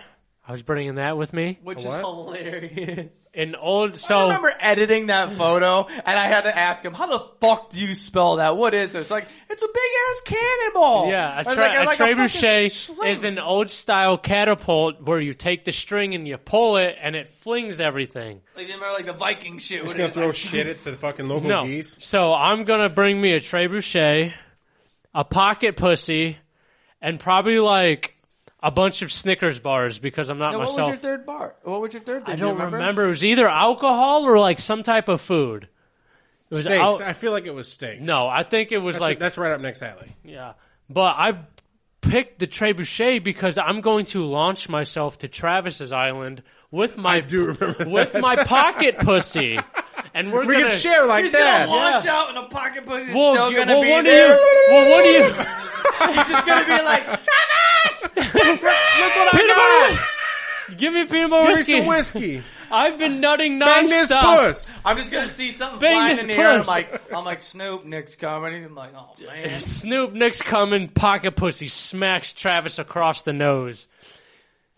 B: I was bringing that with me.
A: Which
C: A
A: is
C: what?
A: hilarious.
B: An old
A: I
B: so
A: remember editing that photo, and I had to ask him, "How the fuck do you spell that? What is this?" Like, it's a big ass cannonball.
B: Yeah, a,
A: It's
B: tra-
A: like-
B: a
A: like fucking
B: trebuchet
A: sling.
B: is an old style catapult where you take the string and you pull it and it flings everything.
A: Like, you remember, like the Viking shit. when
C: Just
A: it
C: gonna
A: was
C: throw
A: like-
C: shit at the fucking local
B: No.
C: geese.
B: So I'm going to bring me a trebuchet, a pocket pussy, and probably like a bunch of Snickers bars because I'm not
A: Now, what was your
B: myself.
A: third bar? What was your third? Thing?
B: I
A: Do you
B: don't remember? It was either alcohol or like some type of food. It was
C: Steaks.
B: al-
C: I feel like it was steaks.
B: no, I think it was
C: that's
B: like
C: that's right up next alley.
B: Yeah, but I picked the trebuchet because I'm going to launch myself to Travis's island with my
C: I do remember
B: with my pocket pussy, and we're
C: We
B: gonna
C: can share like
A: He's
C: that.
A: gonna launch
B: Yeah.
A: out in a pocket pussy. He's
B: Well,
A: still
B: you-
A: gonna
B: well,
A: be
B: what do
A: there.
B: you? Well, what do you?
A: He's just gonna be like, Travis, Travis, look what
B: Peanut
A: I got.
B: butter. whis- Give me peanut butter
C: Give me
B: whiskey.
C: some whiskey.
B: I've been nutting
C: Bang this
B: nonstop.
C: puss.
A: I'm just gonna see something
B: Bang
A: flying
B: this
A: in the air. I'm
B: push.
A: like, I'm like Snoop, Nick's comedy. I'm like, oh man.
B: Snoop Nick's coming. Pocket pussy smacks Travis across the nose.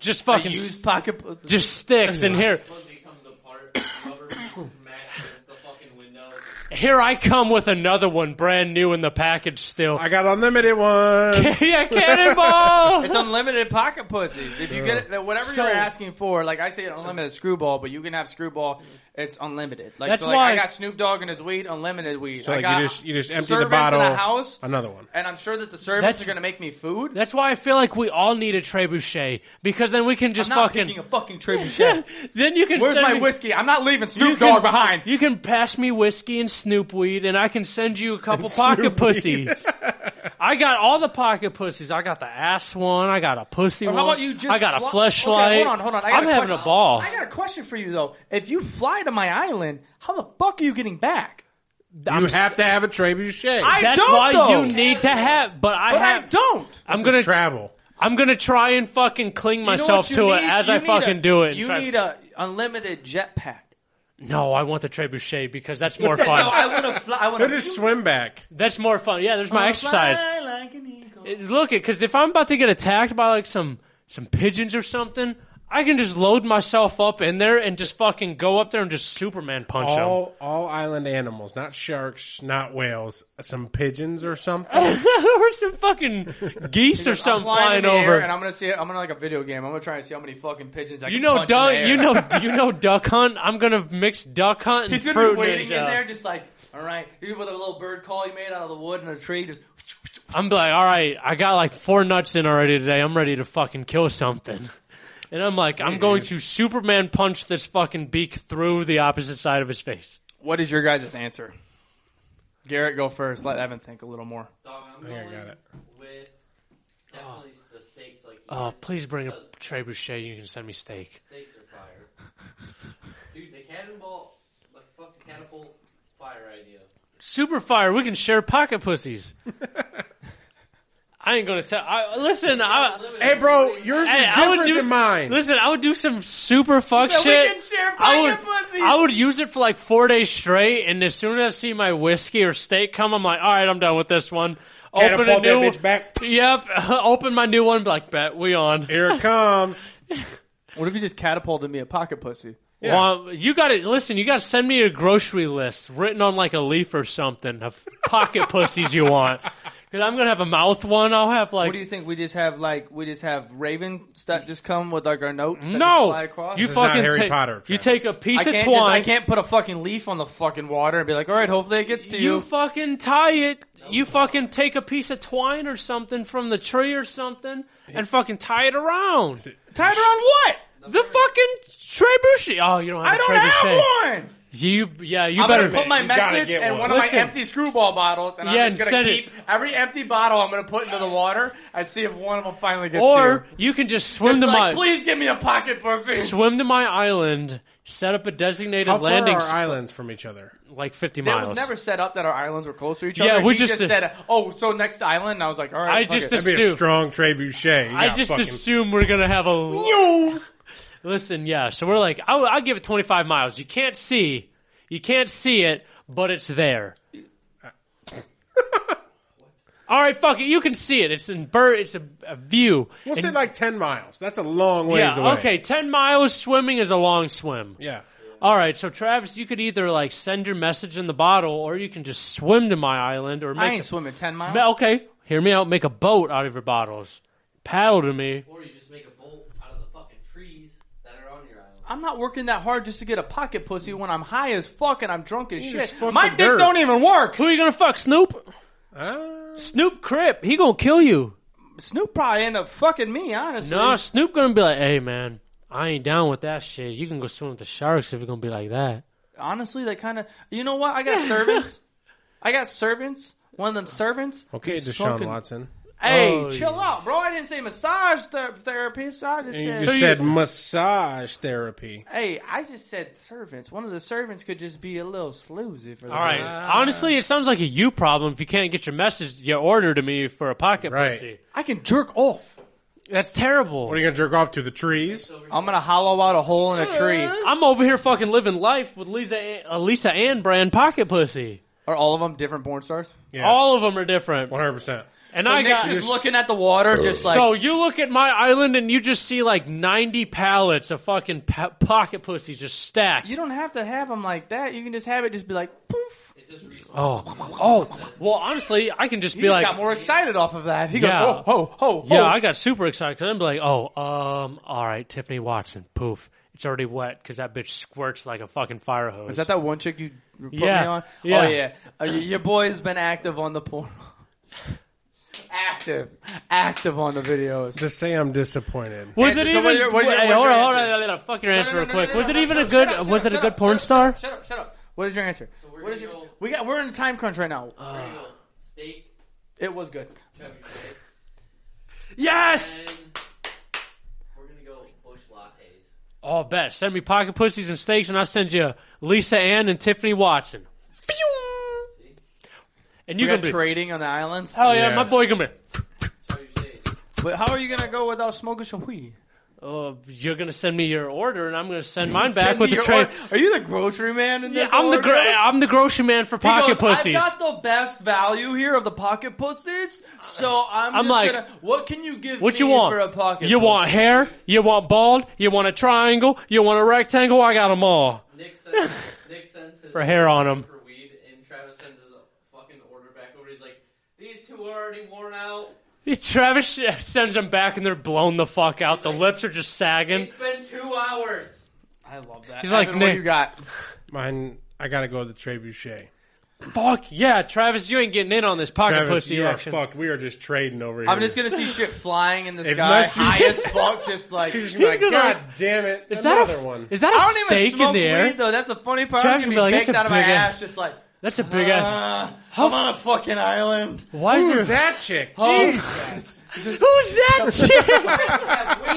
B: Just fucking,
A: Use pocket. pussy.
B: just sticks in here.
D: Pussy comes apart, rubber smashes against the fucking window.
B: Here I come with another one, brand new in the package still.
C: I got unlimited ones.
B: yeah, cannonball.
A: It's unlimited pocket pussies. If you get it, whatever
B: So-
A: you're asking for, like I say, unlimited screwball, but you can have screwball. It's unlimited. Like,
B: That's
A: so, like
B: why-
A: I got Snoop Dogg and his weed, unlimited weed.
C: so
A: I
C: like,
A: got
C: you just you just empty the
A: servants
C: bottle.
A: in the house,
C: Another one.
A: and I'm sure that the servants
B: That's-
A: are going to make me food.
B: That's why I feel like we all need a trebuchet because then we can
A: I'm
B: just
A: not
B: fucking.
A: picking a fucking trebuchet.
B: then you can.
A: Where's
B: send
A: my
B: me-
A: whiskey? I'm not leaving
B: You
A: Snoop Dogg behind.
B: You can pass me whiskey and Snoop weed, and I can send you a couple pocket pussies. I got all the pocket pussies. I got the ass one. I got a pussy
A: Or
B: one.
A: how about you just?
B: I got
A: fly-
B: a fleshlight.
A: Okay, hold on, hold on. I got
B: am having
A: question.
B: a ball.
A: I got a question for you though. If you fly to my island, how the fuck are you getting back?
C: you have to have a trebuchet.
A: I
B: That's
A: don't
B: why
A: though.
B: you need to have. But I
A: But
B: have.
A: I don't.
B: I'm
C: This is
B: gonna.
C: travel.
B: I'm gonna try and fucking cling
A: You know
B: myself
A: what
B: to
A: you
B: it
A: need?
B: as
A: You
B: I
A: need
B: fucking
A: a-
B: do it. and
A: You
B: try-
A: need a unlimited jetpack.
B: no, I want the trebuchet because that's more
A: No,
B: fun.
A: I want to fly. I want
C: He'll just swim back.
B: That's more fun. Yeah, there's my exercise.
A: like an eagle.
B: It- Look, because if I'm about to get attacked by like some some pigeons or something, I can just load myself up in there and just fucking go up there and just Superman punch them.
C: All all island animals, not sharks, not whales, some pigeons or something.
B: or some fucking geese or
A: I'm
B: something
A: flying in
B: flying
A: the air, and
B: over.
A: I'm gonna see. I'm gonna like a video game. I'm gonna try and see how many fucking pigeons I
B: You
A: can
B: know,
A: punch in the
B: duck.
A: air.
B: You know, you know, duck hunt. I'm gonna mix duck hunt and
A: He's gonna
B: fruit
A: be waiting
B: ninja.
A: in there, just like all right, with a little bird call he made out of the wood and a tree. Just
B: I'm like, all right, I got like four nuts in already today. I'm ready to fucking kill something. And I'm like, I'm going to Superman punch this fucking beak through the opposite side of his face.
A: what is your guys' answer? Garrett, go first. Let Evan think a little more.
D: Dog, I'm
C: think I
D: going
C: got it.
D: with definitely the steaks like. he
B: Oh,
D: is.
B: please bring a
D: Because
B: trebuchet. You can send me steak.
D: Steaks are fire. Dude, the cannonball, like fuck the catapult, fire idea.
B: Super fire. We can share pocket pussies. I ain't gonna tell. I, listen, I,
C: hey, bro, yours
B: Uh, hey,
C: is
B: I would
C: different
B: do
C: than
B: s-
C: mine.
B: Listen, I would do some super fuck
A: So we
B: shit.
A: can share
B: I would,
A: pocket pussies.
B: I would use it for like four days straight, and as soon as I see my whiskey or steak come, I'm like, all right, I'm done with this one. Open a
C: Catapult
B: new.
C: that bitch back.
B: Yep, open my new one. be Like, bet we on.
C: Here it comes.
A: What if you just catapulted me a pocket pussy?
C: Yeah.
B: Well, you got to listen. You got to send me a grocery list written on like a leaf or something of pocket pussies you want. Because I'm gonna have a mouth one. I'll have like
A: What do you think? We just have like we just have ravens that just come with like our notes. That just fly
B: no.
A: across?
B: You
C: This is not
B: fucking
C: Harry
B: take-
C: Potter,
B: you
C: Travis.
B: take a piece
A: I
B: of
A: can't
B: twine.
A: just, I can't put a fucking leaf on the fucking water and be like, all right, hopefully it gets to
B: You
A: you.
B: fucking tie it. You fucking take a piece of twine or something from the tree or something and fucking tie it around.
A: Tied on what?
B: The fucking trebuchet. Oh, you don't have
A: I
B: a
A: don't
B: trebuchet.
A: have one.
B: You yeah, you
A: I'm
B: better
A: gonna put my
C: You gotta
A: message
C: get
A: in
C: one.
A: one, of
B: Listen.
A: my empty screwball bottles, and
B: Yeah,
A: I'm just
B: and
A: gonna
B: send
A: keep every empty bottle. I'm gonna put into the water and see if one of them finally gets
B: or
A: to
B: you can just
A: you. Just
B: swim to
A: be
B: my
A: like, please give me a pocket pussy.
B: swim to my island, set up a designated
C: How far
B: landing
C: are
B: spot,
C: islands from each other?
B: like 50
A: That
B: miles.
A: was never set up that our islands were close to each
B: Yeah,
A: other.
B: we
A: He
B: just-
A: said, "Oh, so next island." And I was like, "All right."
B: I
A: fuck
B: just
A: it.
C: That'd be
B: Assume-
C: a strong trebuchet. You
B: I
C: got
B: just
C: fucking-
B: assume we're gonna have a
A: You.
B: listen. Yeah, so we're like, I'll, I'll give it 25 miles. You can't see, you can't see it, but it's there. All right, fuck it. You can see it. It's in bird. It's a, a view.
C: We'll
B: And-
C: say like ten miles. That's a long ways
B: yeah.
C: away.
B: Okay, 10 miles swimming is a long swim.
C: Yeah.
B: All right, so Travis, you could either like send your message in the bottle, or you can just swim to my island, or make
A: I ain't
B: a-
A: swimming ten miles.
B: Ma- Okay, hear me out. Make a boat out of your bottles. Paddle to me.
D: Or you just make a bolt out of the fucking trees that are on your island.
A: I'm not working that hard just to get a pocket pussy when I'm high as fuck and I'm drunk as
C: just
A: shit.
C: fuck
A: My
C: the
A: dick
C: dirt.
A: don't even work.
B: Who are you gonna fuck, Snoop?
C: Uh,
B: Snoop Crip. He gonna kill you.
A: Snoop probably end up fucking me, honestly.
B: No, Snoop gonna be like, hey man, I ain't down with that shit. You can go swim with the sharks if you're gonna be like that.
A: Honestly, they kind of. You know what? I got servants. I got servants. One of them servants.
C: okay,
A: He's
C: Deshaun
A: fucking-
C: Watson.
A: Hey,
B: Oh,
A: chill
B: yeah.
A: out, bro. I didn't say massage ther- therapist. I just
C: And you
A: said.
C: just
B: you-
C: said massage therapy.
A: Hey, I just said servants. One of the servants could just be a little floozy for the
B: All right.
A: night.
B: Honestly, it sounds like a you problem if you can't get your message, your order to me for a pocket
C: Right.
B: pussy.
A: I can jerk off.
B: That's terrible.
C: What are you gonna jerk off to the trees?
A: I'm gonna hollow out a hole in a tree.
B: I'm over here fucking living life with Lisa, uh, Lisa Ann brand pocket pussy.
A: Are all of them different porn stars?
C: Yeah,
B: All of them are different.
C: one hundred percent.
B: And
A: So
B: I
A: Nick's
B: got
A: just looking at the water, just like
B: so you look at my island and you just see like 90 pallets of fucking pa- pocket pussies just stacked.
A: You don't have to have them like that. You can just have it just be like poof.
D: It's just recently.
B: Oh, oh. Well, honestly, I can just
A: He
B: be
A: just
B: like,
A: got more excited off of that. He
B: Yeah.
A: goes, "Ho, ho, ho, ho!"
B: yeah, I got super excited because I'm like, oh, um, all right, Tiffany Watson, poof, it's already wet because that bitch squirts like a fucking fire hose.
A: Is that that one chick you put me
B: Yeah.
A: on?
B: Yeah.
A: Oh yeah. Uh, y- your boy's been active on the porn. active, active on the videos.
C: To say I'm disappointed.
B: Was it
A: Answer. So
B: even?
A: what are your- what are your-
B: Hey,
A: what's
B: hold
A: your
B: on, hold on,
A: answers?
B: hold on, fuck your answer
A: No, no,
B: real
A: no,
B: quick.
A: no, no,
B: Was it
A: no,
B: even
A: no,
B: a
A: shut
B: good?
A: up, shut
B: Was
A: up,
B: it a
A: shut
B: good
A: up,
B: porn
A: shut
B: star?
A: up, Shut up, shut up. What is your answer?
D: we're
A: What is
D: gonna
A: your,
D: go-
A: we got we're in a time crunch right now.
D: Here we go. Steak,
A: It was good.
D: Chevy steak,
B: Yes.
D: and we're gonna go bush lattes.
B: Oh, bet. Send me pocket pussies and steaks, and I'll send you Lisa Ann and Tiffany Watson. Phew.
D: See?
B: And
A: You
B: you
A: got
B: can be.
A: trading on the islands.
B: Hell yeah, my
C: Yes.
B: boy can be.
D: Chevy steak.
A: But how are you gonna go without smoking some weed?
B: Oh, you're gonna send me your order, and I'm gonna send mine
A: Send
B: back
A: me
B: with the
A: your
B: trade.
A: order. Are you the grocery man in
B: Yeah,
A: this?
B: I'm the
A: order?
B: gro- I'm the grocery man for
A: He
B: pocket
A: goes,
B: pussies.
A: I've got the best value here of the pocket pussies, so I'm,
B: I'm
A: just
B: like,
A: gonna. What can you give
B: What
A: me
B: you want?
A: for a pocket?
B: you want
A: pussy?
B: hair? You want bald? You want a triangle? You want a rectangle? I got them all
D: Nick sends, Nick sends his
B: for hair on them.
D: for weed, and Travis sends his fucking order back over. He's like, "These two are already worn out.
B: Travis sends them back, and they're blown the fuck out. The lips are just sagging.
D: It's been two hours."
A: I love that.
B: He's like,
A: Evan, what
B: Nick.
A: you got?
C: Mine, I gotta go with the trebuchet.
B: Fuck yeah, Travis, you ain't getting in on this pocket
C: Travis,
B: pussy
C: you are
B: action.
C: fucked. We are just trading over here.
A: I'm just gonna see shit flying in the sky,
C: Unless you-
A: high as fuck, just like.
C: He's
A: I
C: gonna be like,
B: He's gonna-
C: God damn it!
B: Is that
C: another
B: a,
C: one.
B: Is that a
A: don't even
B: steak in
A: smoke
B: the air?
A: weed though. That's the funny part.
B: Travis
A: I'm gonna
B: would
A: be
B: be
A: baked
B: like, that's a
A: out of my
B: big ass-
A: ass, just like.
B: That's a big ass.
A: "Uh, I'm on a fucking island.
B: Why is
C: Who's
B: there?
C: that chick?
B: Oh.
A: Jesus.
B: Who's that chick?
D: Have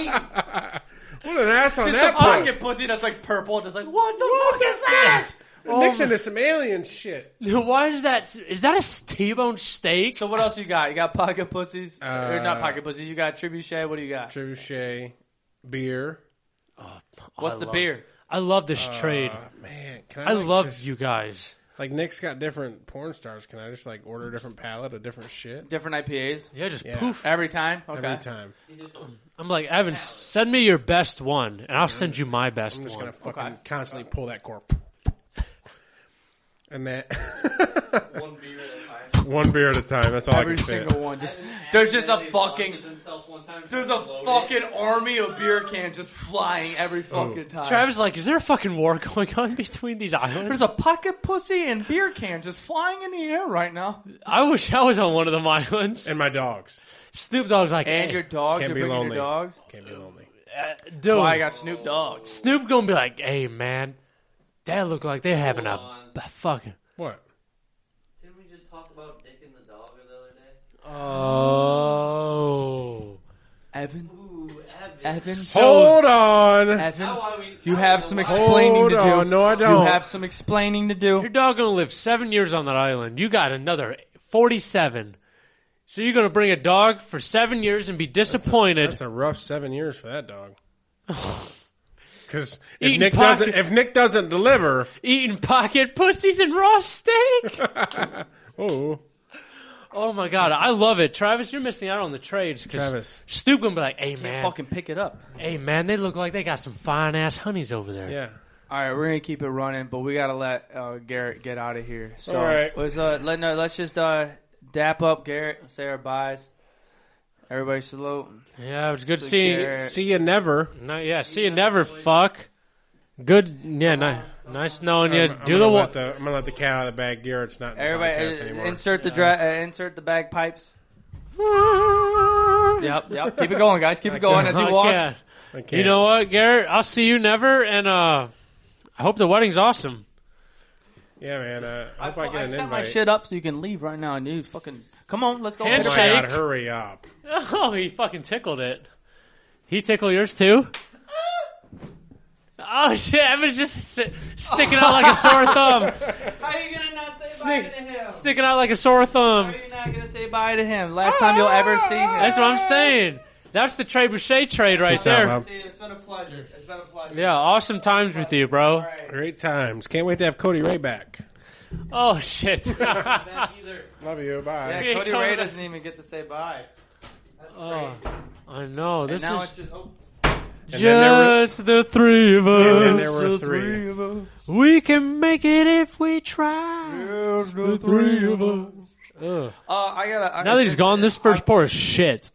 D: wings.
C: What an ass on
A: Just
C: that
A: a
C: pocket.
A: pocket pussy that's like purple, just like what the fuck is that?
B: that?
C: Mixing into some alien shit.
B: Why is that? Is that a T-bone steak?
A: So what else you got? You got pocket pussies? or not
C: Uh,
A: pocket pussies. You got trebuchet. What do you got?
C: Trebuchet, beer.
A: What's
B: I
A: the
B: love-
A: beer?
B: I love this trade.
C: Uh, man, can I?
B: I
C: like,
B: love
C: just-
B: you guys.
C: Like Nick's got different porn stars. Can I just like order a different palette of different shit
A: Different IPAs
B: Yeah, just
C: Yeah.
B: poof.
A: every time. Okay.
C: every time?
D: He just
B: I'm like, Evan, send me your best one, and I'll send you my best
C: I'm just
B: one.
C: gonna fucking
A: Okay.
C: constantly pull that cork. And that
D: one beer at a time.
C: one beer at a time. That's all I
A: Every
C: can
A: single one. Just
D: Evan
A: there's just a
D: accidentally
A: fucking
D: launches himself one time
A: there's a
D: from loaded.
A: fucking army of beer cans just flying every
C: Oh.
A: fucking time.
B: Travis is like, is there a fucking war going on between these
A: There's
B: islands?
A: a pocket pussy and beer can just flying in the air right now.
B: I wish I was on one of them islands.
C: And my dogs
B: Snoop Dogg's like,
A: And
B: hey,
A: your dogs,
C: Can't
A: you're
C: be
A: bringing
C: lonely.
A: your dogs.
C: can't be lonely.
B: uh, dude,
A: Oh, I got Snoop Dogg.
B: Snoop gonna be like, hey man, that look like they're having
D: Hold
B: a,
D: on.
B: a fucking.
C: What?
D: Didn't we just talk about Dick and the dog the other day?
B: Oh,
A: Evan,
D: Ooh, Evan.
A: Evan,
C: Hold on.
A: Evan,
D: How are we-
A: you
D: how
A: have
D: are
A: some
D: we-
A: explaining
C: Hold
A: to do.
C: on. No, I
A: You
C: don't.
A: have some explaining to
B: your
A: do.
B: dog gonna live seven years on that island. You got another forty-seven. So you're gonna bring a dog for seven years and be disappointed.
C: That's a rough seven years for that dog. Because if
B: Eating
C: Nick
B: pocket-
C: doesn't, if Nick doesn't deliver,
B: eating pocket pussies and raw steak.
C: oh,
B: oh my god, I love it, Travis. You're missing out on the trades. 'cause
C: Travis.
B: Snoop gonna be like, "Hey man,
A: Fucking pick it up.
B: hey man, they look like they got some fine ass honeys over there."
C: yeah.
A: All right, we're gonna keep it running, but we gotta let uh, Garrett get out of here. So
C: All right.
A: let's uh, let no, let's just uh, dap up Garrett. Let's say our buys. Everybody salute.
B: Yeah, it was good
A: Six
B: seeing.
A: year.
C: See you never.
B: No, yeah, see you never, fuck. Good, yeah, ni- nice knowing you.
C: I'm, I'm
B: Do
C: gonna
B: the
C: let
B: what?
C: the I'm gonna let the cat out of the bag. Garrett's not in the
A: Everybody
C: podcast
A: uh,
C: anymore.
A: insert the dra- uh, insert the bagpipes. Yep, yep. Keep it going, guys. Keep it going as he walks.
C: I can't.
B: You know what, Garrett? I'll see you never, and uh, I hope the wedding's awesome.
C: yeah, man. Uh, I hope I,
A: I,
C: get an
A: set
C: invite.
A: my shit up so you can leave right now. And you fucking come on, let's go.
B: Hand
C: oh my
B: Shake.
C: god, hurry up!
B: Oh, he fucking tickled it. He tickled yours too? Oh shit, Evan's just si- sticking out like a sore
A: How
B: thumb.
A: are you gonna not say
B: bye to him? Sticking out like a sore thumb.
A: How are you not gonna say bye to him? Last time you'll ever see him.
B: That's what I'm saying. That's the trebuchet trade right
C: out,
B: there.
C: Bob.
A: See, it's been a pleasure. It's been a pleasure.
B: ah. Yeah, awesome times with you, bro.
C: Great times. Can't wait to have Cody Ray back.
B: Oh shit.
D: Back either.
C: Love you. Bye.
A: Yeah, Cody
B: Come
A: Ray
B: on.
A: doesn't even get to say bye. That's
B: Oh,
A: crazy.
B: I know. This
A: And now
B: is
A: it's just oh,
C: And then there were-
B: just the three of us.
C: and then there were
B: the
C: three.
B: of us. We can make it if we try.
A: the
B: three of us. Ugh.
A: Uh, I gotta. I
B: Now that he's
A: gotta-
B: gone, this first
A: I-
B: pour is shit.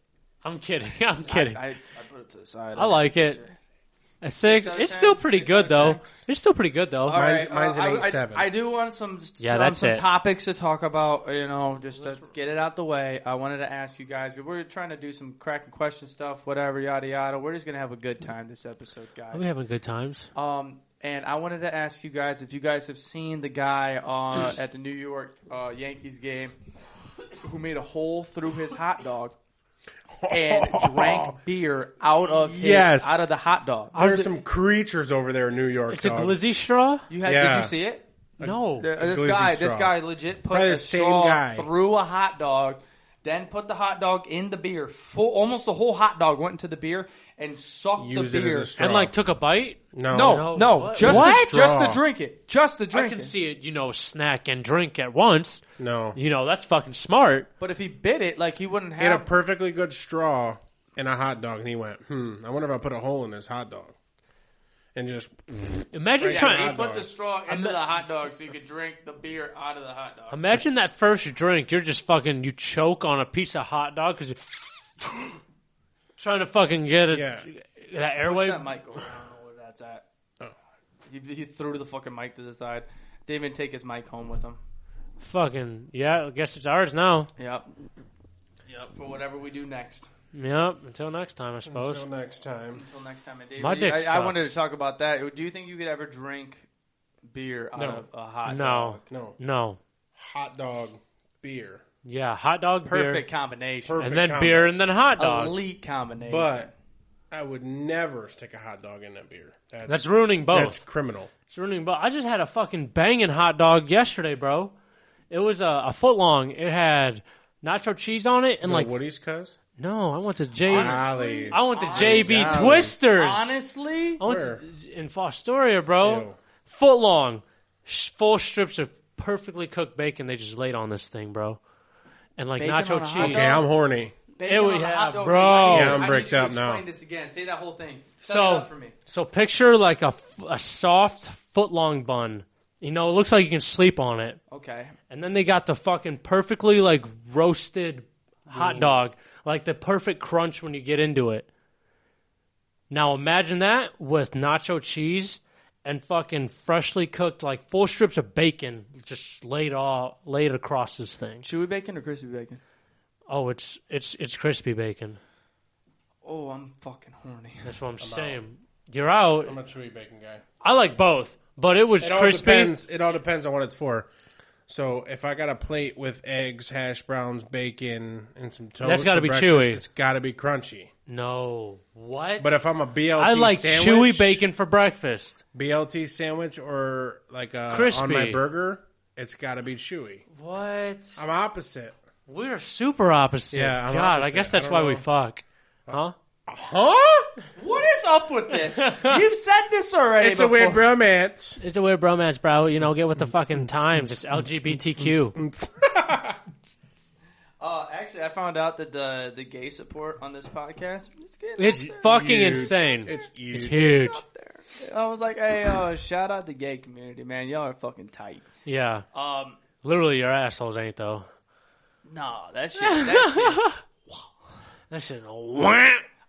B: I'm kidding. I'm kidding.
A: I, I, I put it to the side.
B: I like it. A six.
A: out of
B: It's
A: ten?
B: still pretty
A: Six
B: good
A: out
B: though. It's still pretty good though.
A: All right, uh,
C: Mine's- mine's an
A: I- I,
C: 8.7.
A: I, do want some,
B: Yeah,
A: some,
B: that's
A: some
B: it.
A: topics to talk about, you know, just to get it out the way. I wanted to ask you guys, we're trying to do some crack and question stuff, whatever, yada, yada. We're just going to have a good time this episode, guys.
B: Are we having good times?
A: Um, and I wanted to ask you guys if you guys have seen the guy uh, at the New York uh, Yankees game who made a hole through his hot dog and drank beer out of his,
C: Yes.
A: out of the hot dog.
C: There's some creatures over there in New York.
B: It's a
C: dog.
B: glizzy straw.
A: You had,
C: Yeah.
A: Did you see it?
B: No.
A: The-
C: A
A: this
C: glizzy
A: guy, this
C: straw.
A: guy legit put
C: Probably
A: a
C: the same
A: straw
C: guy.
A: through a hot dog, then put the hot dog in the beer. Full, almost the whole hot dog went into the beer and sucked
C: Use
A: the
C: it as
A: beer.
C: a straw.
B: and like took a bite.
C: no,
A: no,
B: No,
A: no,
B: what?
A: just
C: What?
A: To, just to
C: Straw.
A: drink it, just to drink
B: I can
A: it.
B: see it. You know, snack and drink at once.
C: no.
B: You know, that's fucking smart.
A: But if he bit it, like he wouldn't
C: He had a
A: have.
C: perfectly good straw in a hot dog, and he went, "Hmm, I wonder if I put a hole in this hot dog," and just
B: Imagine
C: Right,
B: trying.
C: hot dog.
A: put the straw into the hot dog so you could drink the beer out of the hot dog.
B: Imagine that first drink. You're just fucking. You choke on a piece of hot dog because you're trying to fucking get it.
C: Yeah.
B: That
A: Push
B: airway.
A: that mic over. I don't know where that's at.
C: Oh.
A: He, he threw the fucking mic to the side. Didn't even take his mic home with him.
B: Fucking. Yeah. I guess it's ours now.
A: Yep. Yep. For whatever we do next.
B: Yep. Until next time, I suppose.
C: until next time.
A: Until next time, and David,
B: My dick
A: I, I
B: sucks.
A: wanted to talk about that. Do you think you could ever drink beer out
C: No.
A: of a hot
B: no.
A: dog?
C: No
B: No.
C: hot dog beer,
B: Yeah. Hot dog.
A: Perfect
B: Beer.
A: combination.
C: Perfect
B: And then
C: combo.
B: beer and then hot dog.
A: Elite combination.
C: but I would never stick a hot dog in that beer. That's
B: That's ruining both.
C: that's criminal.
B: It's ruining both. I just had a fucking banging hot dog yesterday, bro. It was a, a foot long. It had nacho cheese on it and
C: Like
B: like
C: Woody's cuz
B: no, I went to J. I
C: Ollie's.
B: went to JB
C: Ollie's.
B: Twisters.
A: honestly,
B: I went
C: Where?
B: to, in Fostoria, bro.
C: Ew.
B: Foot long, sh- full strips of perfectly cooked bacon. They just laid on this thing, bro, and like
A: Bacon
B: nacho
A: on a hot
B: cheese.
C: Okay, I'm horny.
A: bacon
B: Ew,
A: on a
B: yeah,
A: hot dog.
B: bro.
A: I need-
B: Yeah,
C: I'm
A: I need
C: bricked
A: you to
C: up now.
A: Explain this again. Say that whole thing. Set it
B: So,
A: up for me.
B: so picture like a, f- a soft foot long bun. You know, it looks like you can sleep on it.
A: Okay.
B: And then they got the fucking perfectly like roasted hot dog, like the perfect crunch when you get into it. Now imagine that with nacho cheese and fucking freshly cooked like full strips of bacon just laid all laid across this thing.
A: Chewy bacon or crispy bacon?
B: Oh, it's it's it's crispy bacon.
A: Oh, I'm fucking horny.
B: That's what I'm, saying. You're out.
C: I'm a chewy bacon guy.
B: I like both, but it was
C: It all
B: crispy.
C: depends. It all depends on what it's for. So if I got a plate with eggs, hash browns, bacon, and some toast,
B: That's gotta
C: for
B: be
C: breakfast,
B: chewy.
C: It's got to be crunchy.
B: No, what?
C: But if I'm a BLT,
B: I like
C: sandwich,
B: chewy bacon for breakfast.
C: BLT sandwich or like a
B: Crispy.
C: on my burger, it's got to be chewy.
B: What?
C: I'm opposite,
B: We're super opposite.
C: Yeah, I'm
B: God, I
C: opposite.
B: guess that's
C: I
B: why
C: don't
B: we
C: know. Uh,
B: fuck. Huh?
C: huh?
A: What is up with this? You've said this already.
C: It's a
A: before.
C: weird romance.
B: It's a weird bromance, bro. You know, get with the fucking times. It's LGBTQ.
A: Uh, actually, I found out that the the gay support on this podcast it's getting
B: It's
A: up there.
B: fucking
C: Huge.
B: insane.
C: It's huge.
B: It's huge.
A: It's up there. I was like, hey, uh, shout out the gay community, man. Y'all are fucking tight.
B: Yeah.
A: Um,
B: Literally, your assholes ain't, though.
A: nah, that shit. That shit.
B: That shit. wah.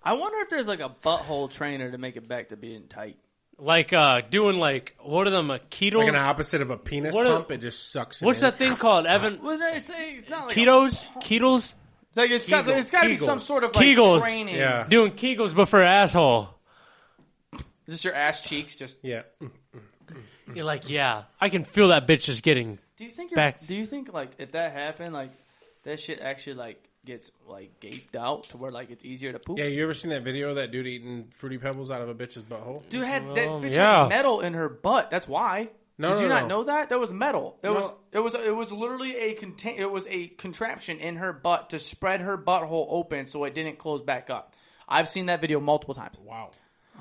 A: I wonder if there's like a butthole trainer to make it back to being tight.
B: Like, uh, doing, like, what are them, uh, keto?
C: Like an opposite of a penis
B: What a-
C: pump, it just sucks. it
B: What's
C: in.
B: that thing called, Evan?
A: Well, no, it's, it's not like a-
B: Ketos? Ketos?
A: like it's got
C: Kegel-
A: it's got to be
C: Kegels.
A: some sort of like
B: Kegels.
A: training.
C: Yeah,
B: Doing Kegels, but for asshole.
A: Just your ass cheeks. Just
C: yeah.
B: You're like, yeah, I can feel that bitch is getting.
A: do you think you're,
B: Back-
A: do you think like if that happened like that shit actually like gets like gaped out to where like it's easier to poop?
C: Yeah, you ever seen that video of that dude eating fruity pebbles out of a bitch's butthole?
A: Dude had that
B: Well,
A: bitch
B: yeah.
A: had metal in her butt. That's why.
C: No,
A: Did you
C: no,
A: not
C: no.
A: know that? That was metal. It
C: No.
A: was it was it was literally a contain it was a contraption in her butt to spread her butthole open so it didn't close back up. I've seen that video multiple times.
C: Wow.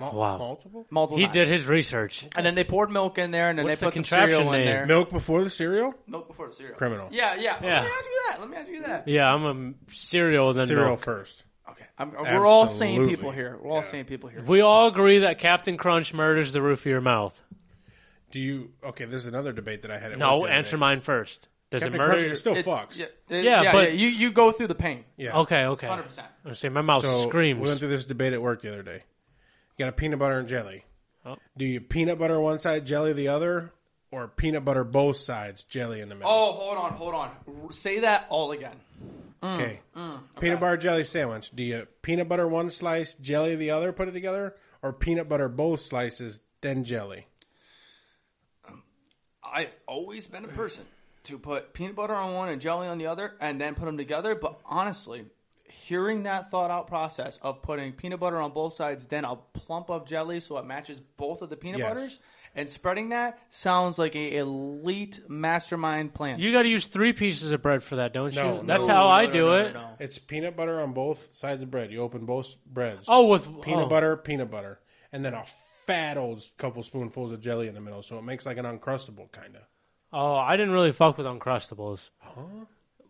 C: Mul-
B: Wow.
C: Multiple?
A: Multiple
B: He
A: times.
B: did his research.
A: And then they poured milk in there and then
B: What's
A: they
B: the
A: put some
B: contraption
A: cereal in
B: name?
A: there.
C: Milk before the cereal?
A: Milk before the cereal.
C: Criminal.
A: Yeah, yeah, Let
B: Yeah.
A: me ask you that. Let me ask you that.
B: Yeah, I'm a cereal and then
C: cereal
B: milk.
C: first.
A: Okay. I'm, we're all sane
C: Absolutely.
A: people here. We're all
C: Yeah.
A: sane people here.
B: We all agree that Captain Crunch murders the roof of your mouth.
C: Do you? Okay, there's another debate that I had. At
B: No,
C: work the other
B: answer
C: day.
B: mine first. Does
C: Captain
B: it murder?
C: Crunch it still
A: It-
C: fucks.
A: Yeah,
C: Yeah.
A: it-
B: Yeah,
A: yeah,
B: but-
A: yeah, you you go through the pain.
B: Okay, okay.
A: 100%.
B: I'm saying my mouth
C: So we went
B: screams.
C: through this debate at work the other day. You got a peanut butter and jelly.
B: Oh.
C: Do you peanut butter one side, jelly the other, or peanut butter both sides, jelly in the middle?
A: Oh, hold on, hold on. R- Say that all again. Oh.
C: Okay.
A: Mm,
C: Peanut butter jelly sandwich. Do you peanut butter one slice, jelly the other, put it together, or peanut butter both slices, then jelly?
A: I've always been a person to put peanut butter on one and jelly on the other and then put them together. But honestly, hearing that thought out process of putting peanut butter on both sides, then a plump of jelly so it matches both of the peanut
C: Yes.
A: butters, and spreading that sounds like a elite mastermind plan.
B: You got to use three pieces of bread for that, don't
C: No,
B: you? That's
A: No,
B: how
A: no,
B: I
A: no,
B: do
A: no, no,
B: it.
A: no.
C: It's peanut butter on both sides of bread. You open both breads.
B: Oh, with
C: peanut
B: oh.
C: butter, peanut butter, and then a fat old couple spoonfuls of jelly in the middle, so it makes like an uncrustable kind of.
B: Oh, I didn't really fuck with Uncrustables.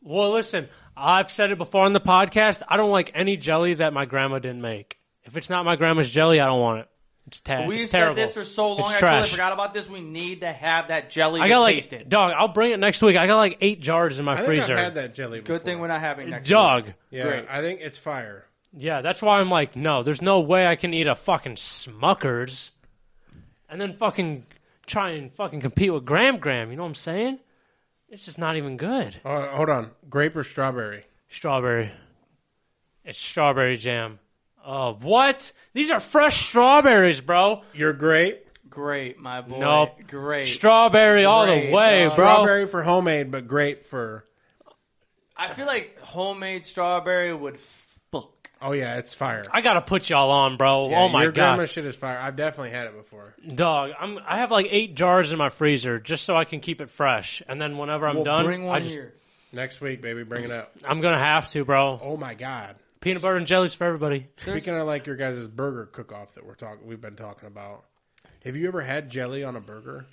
B: Well, listen, I've said it before on the podcast. I don't like any jelly that my grandma didn't make. If it's not my grandma's jelly, I don't want it. It's, ta-
A: We've
B: it's
A: said
B: terrible.
A: this for so long.
B: It's
A: I totally
B: trash.
A: forgot about this. We need to have that jelly.
B: I got
A: to
B: like
A: taste it.
B: dog. I'll bring it next week. I got like eight jars in my
C: I think
B: freezer.
C: I've had that jelly. Before.
A: Good thing we're not having next
B: Dog.
C: Yeah,
A: Great.
C: I think it's fire.
B: Yeah, that's why I'm like, no, there's no way I can eat a fucking Smuckers, and then fucking try and fucking compete with Graham Graham. You know what I'm saying? It's just not even good.
C: Oh, hold on, grape or strawberry?
B: Strawberry. It's strawberry jam. Oh, what? These are fresh strawberries, bro.
C: Your grape,
A: week. Great, my boy.
B: Nope.
A: Great.
B: Strawberry all the
A: Great,
B: way,
A: dog.
B: bro.
C: strawberry for homemade, but grape for
A: I feel like homemade strawberry would fuck.
C: oh yeah, it's fire.
B: I gotta put y'all on, bro.
C: Yeah,
B: oh my
C: your
B: god,
C: grandma shit is fire. I've definitely had it before.
B: dog! I'm I have like eight jars in my freezer just so I can keep it fresh, and then whenever I'm
A: Well,
B: done,
A: bring
B: I
A: one
B: just,
A: here.
C: Next week, baby, bring it up.
B: I'm gonna have to, bro.
C: Oh my god.
B: Peanut butter and jellies for everybody.
C: Speaking of like your guys' burger cook off that we're talking we've been talking about. Have you ever had jelly on a burger?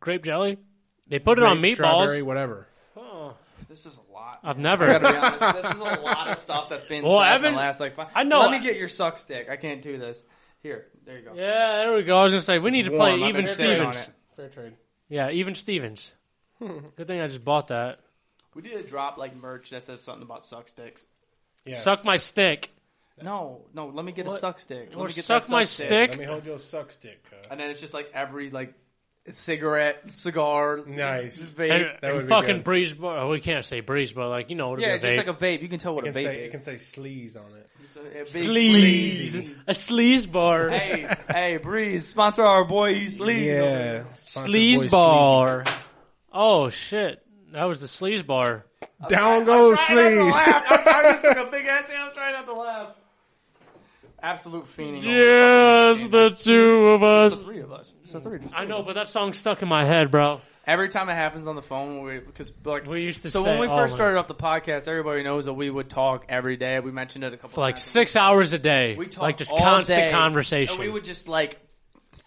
B: Grape jelly. They put it on
C: Grape, Strawberry,
B: meatballs.
C: whatever.
A: This is a lot.
B: I've
A: I gotta
B: never.
A: be honest, this is a lot of stuff that's been
B: Well,
A: said in
B: Evan-
A: the last like five.
B: I know-
A: Let me get your suck stick. I can't do this. Here, there you go.
B: yeah, there we go. I was gonna say we need to play
A: Warm, I've
B: even
A: been sitting on
B: Stevens.
A: it.
C: Fair trade.
B: Yeah, even Stevens. Good thing I just bought that.
A: We need to drop like merch that says something about suck sticks.
C: Yes.
B: Suck my stick.
A: No, no. Let me get a
B: What?
A: suck stick. Let
B: Or
A: me get
B: suck
A: that
B: my stick.
C: Let me hold your suck stick. huh?
A: And then it's just like every like cigarette, cigar,
B: Mm.
C: Nice.
A: vape.
B: And,
C: That
B: and
C: would be
B: fucking
C: good.
B: breeze bar. Oh, we can't say breeze, but like you know, it'll
A: yeah,
B: be a
A: just
B: vape.
A: like a vape. You can tell what
C: It
A: a
C: can,
A: vape
C: say, it
A: is.
C: can say sleaze on it.
A: It's a- a big
B: Sleaze.
A: sleaze.
B: a sleaze bar,
A: hey, hey, Breeze, sponsor our boy Sleaze.
C: Yeah. Sponsored boy
B: sleaze
C: Sleazy.
B: bar. Oh shit, that was the sleaze bar.
C: Down goes sleaze.
A: I'm, I'm just like a big ass. I'm trying not to laugh. Absolute fiending.
B: Yes, the two of us.
A: It's the three of us. It's the three. Just
B: I know, but that song stuck in my head, bro.
A: Every time it happens on the phone, we because like
B: We used to
A: So
B: say,
A: when we
B: oh
A: first
B: my-
A: started off the podcast, everybody knows that we would talk every day. We mentioned it a couple
B: For like
A: times.
B: six hours a day,
A: we talked
B: like just
A: all
B: constant
A: day,
B: conversation.
A: And we would just like,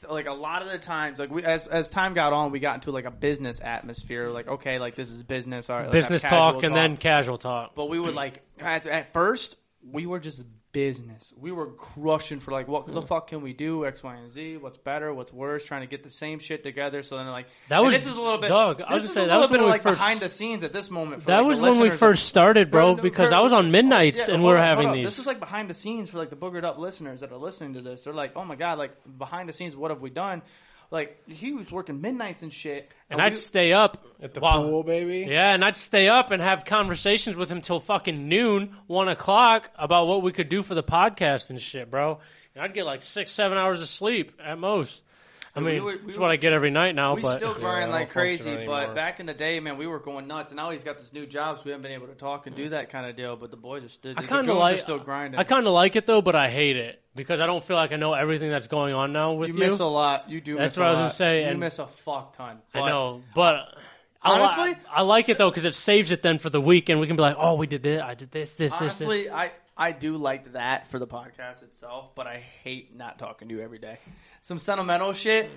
A: th- like a lot of the times, like we as as time got on, we got into like a business atmosphere. Like okay, like this is business. All right, let's have
B: business
A: casual
B: talk and then casual talk.
A: but we would like at, at first we were just business. We were crushing for like what the
B: Mm.
A: fuck can we do? X, Y, and Z. What's better? What's worse? Trying to get the same shit together. So then like
B: That
A: and
B: was-
A: this is a little bit.
B: Doug, I
A: this
B: was gonna
A: is
B: say,
A: a
B: that
A: little
B: was
A: bit
B: when
A: of
B: we
A: like
B: first-
A: behind the scenes at this moment. For,
B: That
A: like,
B: was
A: the
B: when we
A: listeners.
B: first started, bro,
A: No, no,
B: because
A: for-
B: I was on midnights
A: Yeah,
B: and
A: hold
B: we were
A: on,
B: having
A: hold on.
B: these.
A: This is like behind the scenes for like the boogered up listeners that are listening to this. They're like, oh my god, like behind the scenes, what have we done? Like he was working midnights and shit,
B: and
A: we-
B: I'd stay up
C: At the
B: while-
C: pool, baby.
B: Yeah, and I'd stay up and have conversations with him till fucking noon, one o'clock, about what we could do for the podcast and shit, bro. And I'd get like six, seven hours of sleep at most. I
A: we
B: mean,
A: were- we
B: it's
A: were-
B: what I get every night now.
A: We
B: but
A: still
C: I
A: growing
C: don't
A: like
C: function
A: crazy,
C: anymore.
A: but back in the day, man, we were going nuts. And now he's got this new job, so we haven't been able to talk and do that kind of deal. But the boys are still,
B: I
A: the
B: kind
A: goons
B: of
A: are
B: like.
A: still grinding.
B: I kind of like it though, but I hate it because I don't feel like I know everything that's going on now with
A: you
B: you.
A: miss a lot. You do.
B: That's
A: miss
B: what
A: a
B: I was
A: lot.
B: gonna say,
A: You
B: and-
A: miss a fuck ton.
B: I
A: But
B: know, but. I li-
A: Honestly,
B: I, like it though because it saves it then for the week, and we can be like, "Oh, we did this, I did this, this, this, this."
A: Honestly, I I do like that for the podcast itself, but I hate not talking to you every day. Some sentimental shit.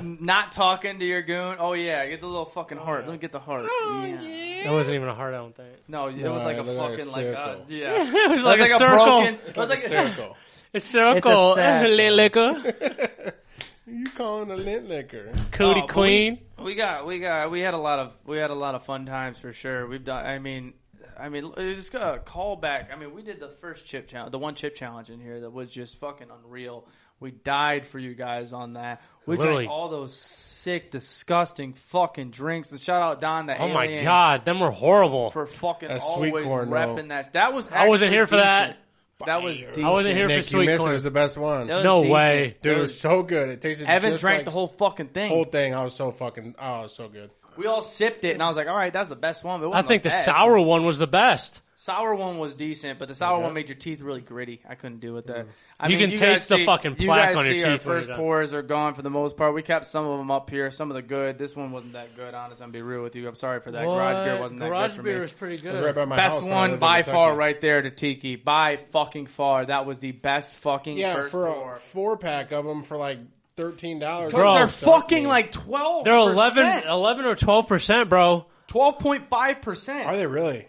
A: Not talking to your goon. Oh yeah, get the little fucking heart. Let me get the heart. yeah.
B: That wasn't even a heart. I don't think.
A: No, it
C: No,
A: was like a
C: it looked like
A: fucking
C: a
A: like uh,
C: circle.
A: yeah.
B: It was like,
A: It was
B: a,
A: like
B: circle.
A: broken. It was
C: It's like a
A: like
C: circle.
B: A circle.
A: It's a circle.
B: Lilica.
C: You calling a lint liquor?
A: Oh,
B: Cody
A: but we-
B: Queen.
A: We got, we got, we had a lot of, we had a lot of fun times for sure. We've done, I mean, I mean, it's got a callback. I mean, we did the first chip challenge, the one chip challenge in here that was just fucking unreal. We died for you guys on that. We
B: Literally.
A: drank all those sick, disgusting fucking drinks. And shout out Don, the
B: oh my
A: alien,
B: god, them were horrible.
A: for fucking
C: That's sweet
A: always
C: corn, though.
A: repping that. That was.
B: I wasn't
A: actually
B: here for that.
A: decent. That was.
C: Fire.
A: decent.
B: I wasn't here for
C: Nick, you
B: sweet
C: missed it. It
B: corn.
C: was the best one.
A: That was
B: No
A: decent.
B: way.
A: That
C: Dude, it
A: was-
C: was so good. It tasted
A: Evan
C: just
A: drank
C: like
A: the whole fucking thing.
C: whole thing. I was so fucking. Oh, it was so good.
A: We all sipped it, and I was like, "All right, that's the best one." But it
B: I
A: wasn't
B: think the
A: best.
B: sour one was the best.
A: sour one was decent, but the sour
C: Yeah.
A: one made your teeth really gritty. I couldn't do with
C: Mm.
A: that. I
B: You can
A: guys
B: taste the
A: see-
B: fucking
A: you
B: plaque
A: guys
B: on your
A: see Our
B: teeth when you're
A: first
B: done.
A: pours are gone for the most part. We kept some of them up here, some of the good. This one wasn't that good. Honest, I'm gonna be real with you. I'm sorry for that. Garage beer wasn't
B: Garage
A: that good for
B: beer
A: me.
B: was pretty
C: It
B: good.
C: was right by my house.
A: best
C: when I lived
A: one
C: in
A: by
C: Kentucky.
A: far, right there to Tiki. By fucking far, that was the best fucking.
C: Yeah,
A: first
C: for a
A: pour.
C: four pack of them for like thirteen dollars.
B: Bro.
A: they're fucking like twelve.
B: They're uh, 11, 11 or twelve percent, bro.
A: twelve point five
C: Are
A: percent.
C: they really?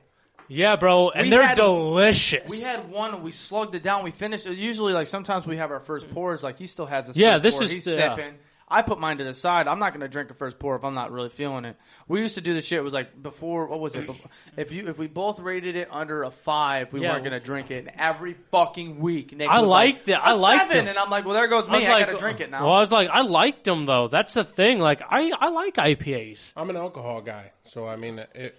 B: Yeah, bro, and
A: We
B: they're
A: had-
B: delicious.
A: We had one. We slugged it down. We finished. it. Usually, like sometimes we have our first pours. Like he still has his.
B: Yeah,
A: first
B: this
A: pour.
B: is
A: He's
B: the- uh,
A: sipping. I put mine to the side. I'm not going to drink a first pour if I'm not really feeling it. We used to do the shit. It was like before. What was it? Before, if you if we both rated it under a five, we
B: Yeah.
A: weren't going to drink it. And every fucking week, Nick
B: I
A: was
B: liked
A: like,
B: it. I
A: "A
B: liked
A: seven,"
B: it.
A: and I'm like, well, there goes me. I, got to drink it now.
B: Well, I was like, I liked them though. That's the thing. Like, I, I like IPAs.
C: I'm an alcohol guy, so I mean, it,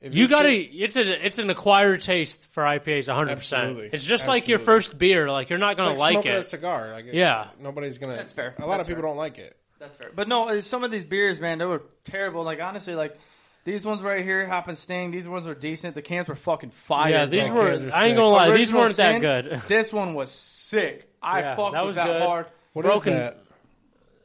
C: if
B: You gotta.
C: should-
B: It's a, it's an acquired taste for IPAs. One hundred percent.
C: Absolutely.
B: It's just like your
C: Absolutely.
B: first beer. Like you're not gonna
C: it's like,
B: like,
C: smoking a
B: it.
C: cigar. Like,
B: Yeah.
C: nobody's gonna.
A: That's fair.
C: A lot
A: That's
C: of people
A: fair.
C: don't like it.
A: That's fair. But no, uh, some of these beers, man, they were terrible. Like honestly, like these ones right here, Hop and Sting. These ones were decent. The cans were fucking fire.
B: Yeah, these
C: Like
B: were. I
C: kids
B: ain't
C: are
B: gonna
C: sick.
B: lie.
A: Original
B: Uh, These weren't that
A: Sin,
B: good.
A: This one was sick. I
B: Yeah,
A: fucked
B: that
A: with
B: was
A: that
B: good.
A: hard.
C: What is
B: Broken-
C: that?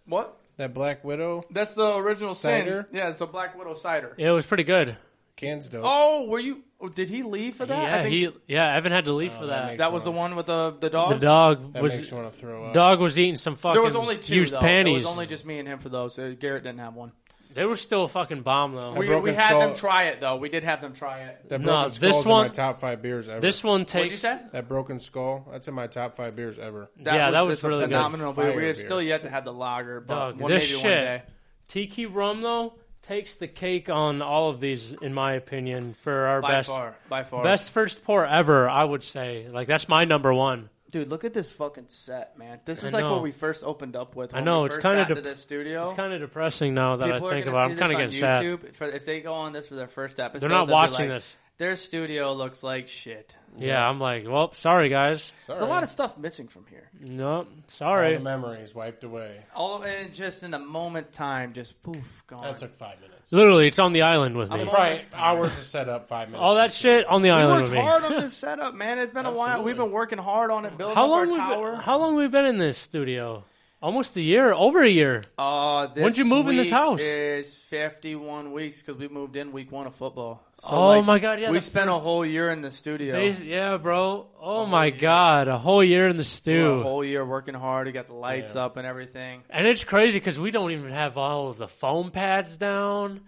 A: What?
C: That Black Widow
A: That's the original
C: Cider?
A: Sin. Yeah, it's a Black Widow cider.
B: It was pretty good.
C: cans dope.
A: Oh, were you? oh, Did he leave for that? I
B: Yeah,
A: think
B: he. Yeah, Evan had to leave for
C: Oh, that
B: that.
C: makes-
A: that was the one with the the
B: the
A: dog.
B: dog
C: that
B: was.
C: makes you want to throw up.
B: Dog was eating some fucking.
A: There was only two.
B: used
A: though.
B: panties.
A: It was only just me and him for those. Uh, Garrett didn't have one.
B: They were still a fucking bomb though.
C: A
A: We,
C: broken
A: we had
C: skull-
A: them try it though. We did have them try it.
C: That
B: No,
C: broken
B: this
C: skull's
B: one-
C: in my top five beers ever.
B: this one takes.
A: What'd you say?
C: that broken skull. That's in my top five beers ever.
B: Yeah, that was
A: it's a
B: really good.
A: phenomenal. beer.
C: Fire
A: We have
C: beer.
A: still yet to have the lager, but
B: Dog,
A: one,
B: this
A: maybe one
B: shit.
A: day.
B: Tiki rum though takes the cake on all of these, in my opinion, for our
A: By
B: best
A: far, by far,
B: best first pour ever. I would say like that's my number one.
A: Dude, look at this fucking set, man. This
B: I
A: is like
B: know.
A: what we first opened up with. When
B: know,
A: we
B: it's
A: first
B: kinda
A: got into
B: dep-
A: this studio.
B: It's kind of depressing now that
A: People
B: I
A: are
B: think
A: gonna see
B: about. it. I'm kind of
A: this
B: getting
A: on
B: sad.
A: YouTube if- if they go on this for their first episode.
B: They're
A: they'll
B: not
A: be
B: watching
A: like,
B: this.
A: Their studio looks like shit.
B: Yeah, I'm like, well, sorry guys.
C: Sorry.
A: There's a lot of stuff missing from here.
B: No,
C: All
B: sorry.
C: the memories wiped away.
A: All and just in a moment time, just poof gone.
C: That took five minutes.
B: Literally, it's on the island with me.
A: I'm-
C: Probably hours to set up. Five minutes.
B: All that
C: to
B: shit on the
A: we
B: island
A: worked
B: with me.
A: hard on this setup, man. It's been a while. We've been working hard on it, building
B: How
A: up
B: long?
A: our
B: we
A: tower.
B: been, how long we been in this studio? Almost a year, over a year.
A: Uh, this
B: When'd you move in this
A: week
B: house?
A: Is fifty-one weeks because we moved in week one of football. So,
B: Oh
A: like,
B: my God, yeah,
A: we
B: the
A: spent a whole year in the studio.
B: Days- yeah, bro. Oh my god, a whole year in
A: We
B: the
A: were
B: stew,
A: a whole year working hard. We got the lights up and everything.
B: and it's crazy because we don't even have all of the foam pads down.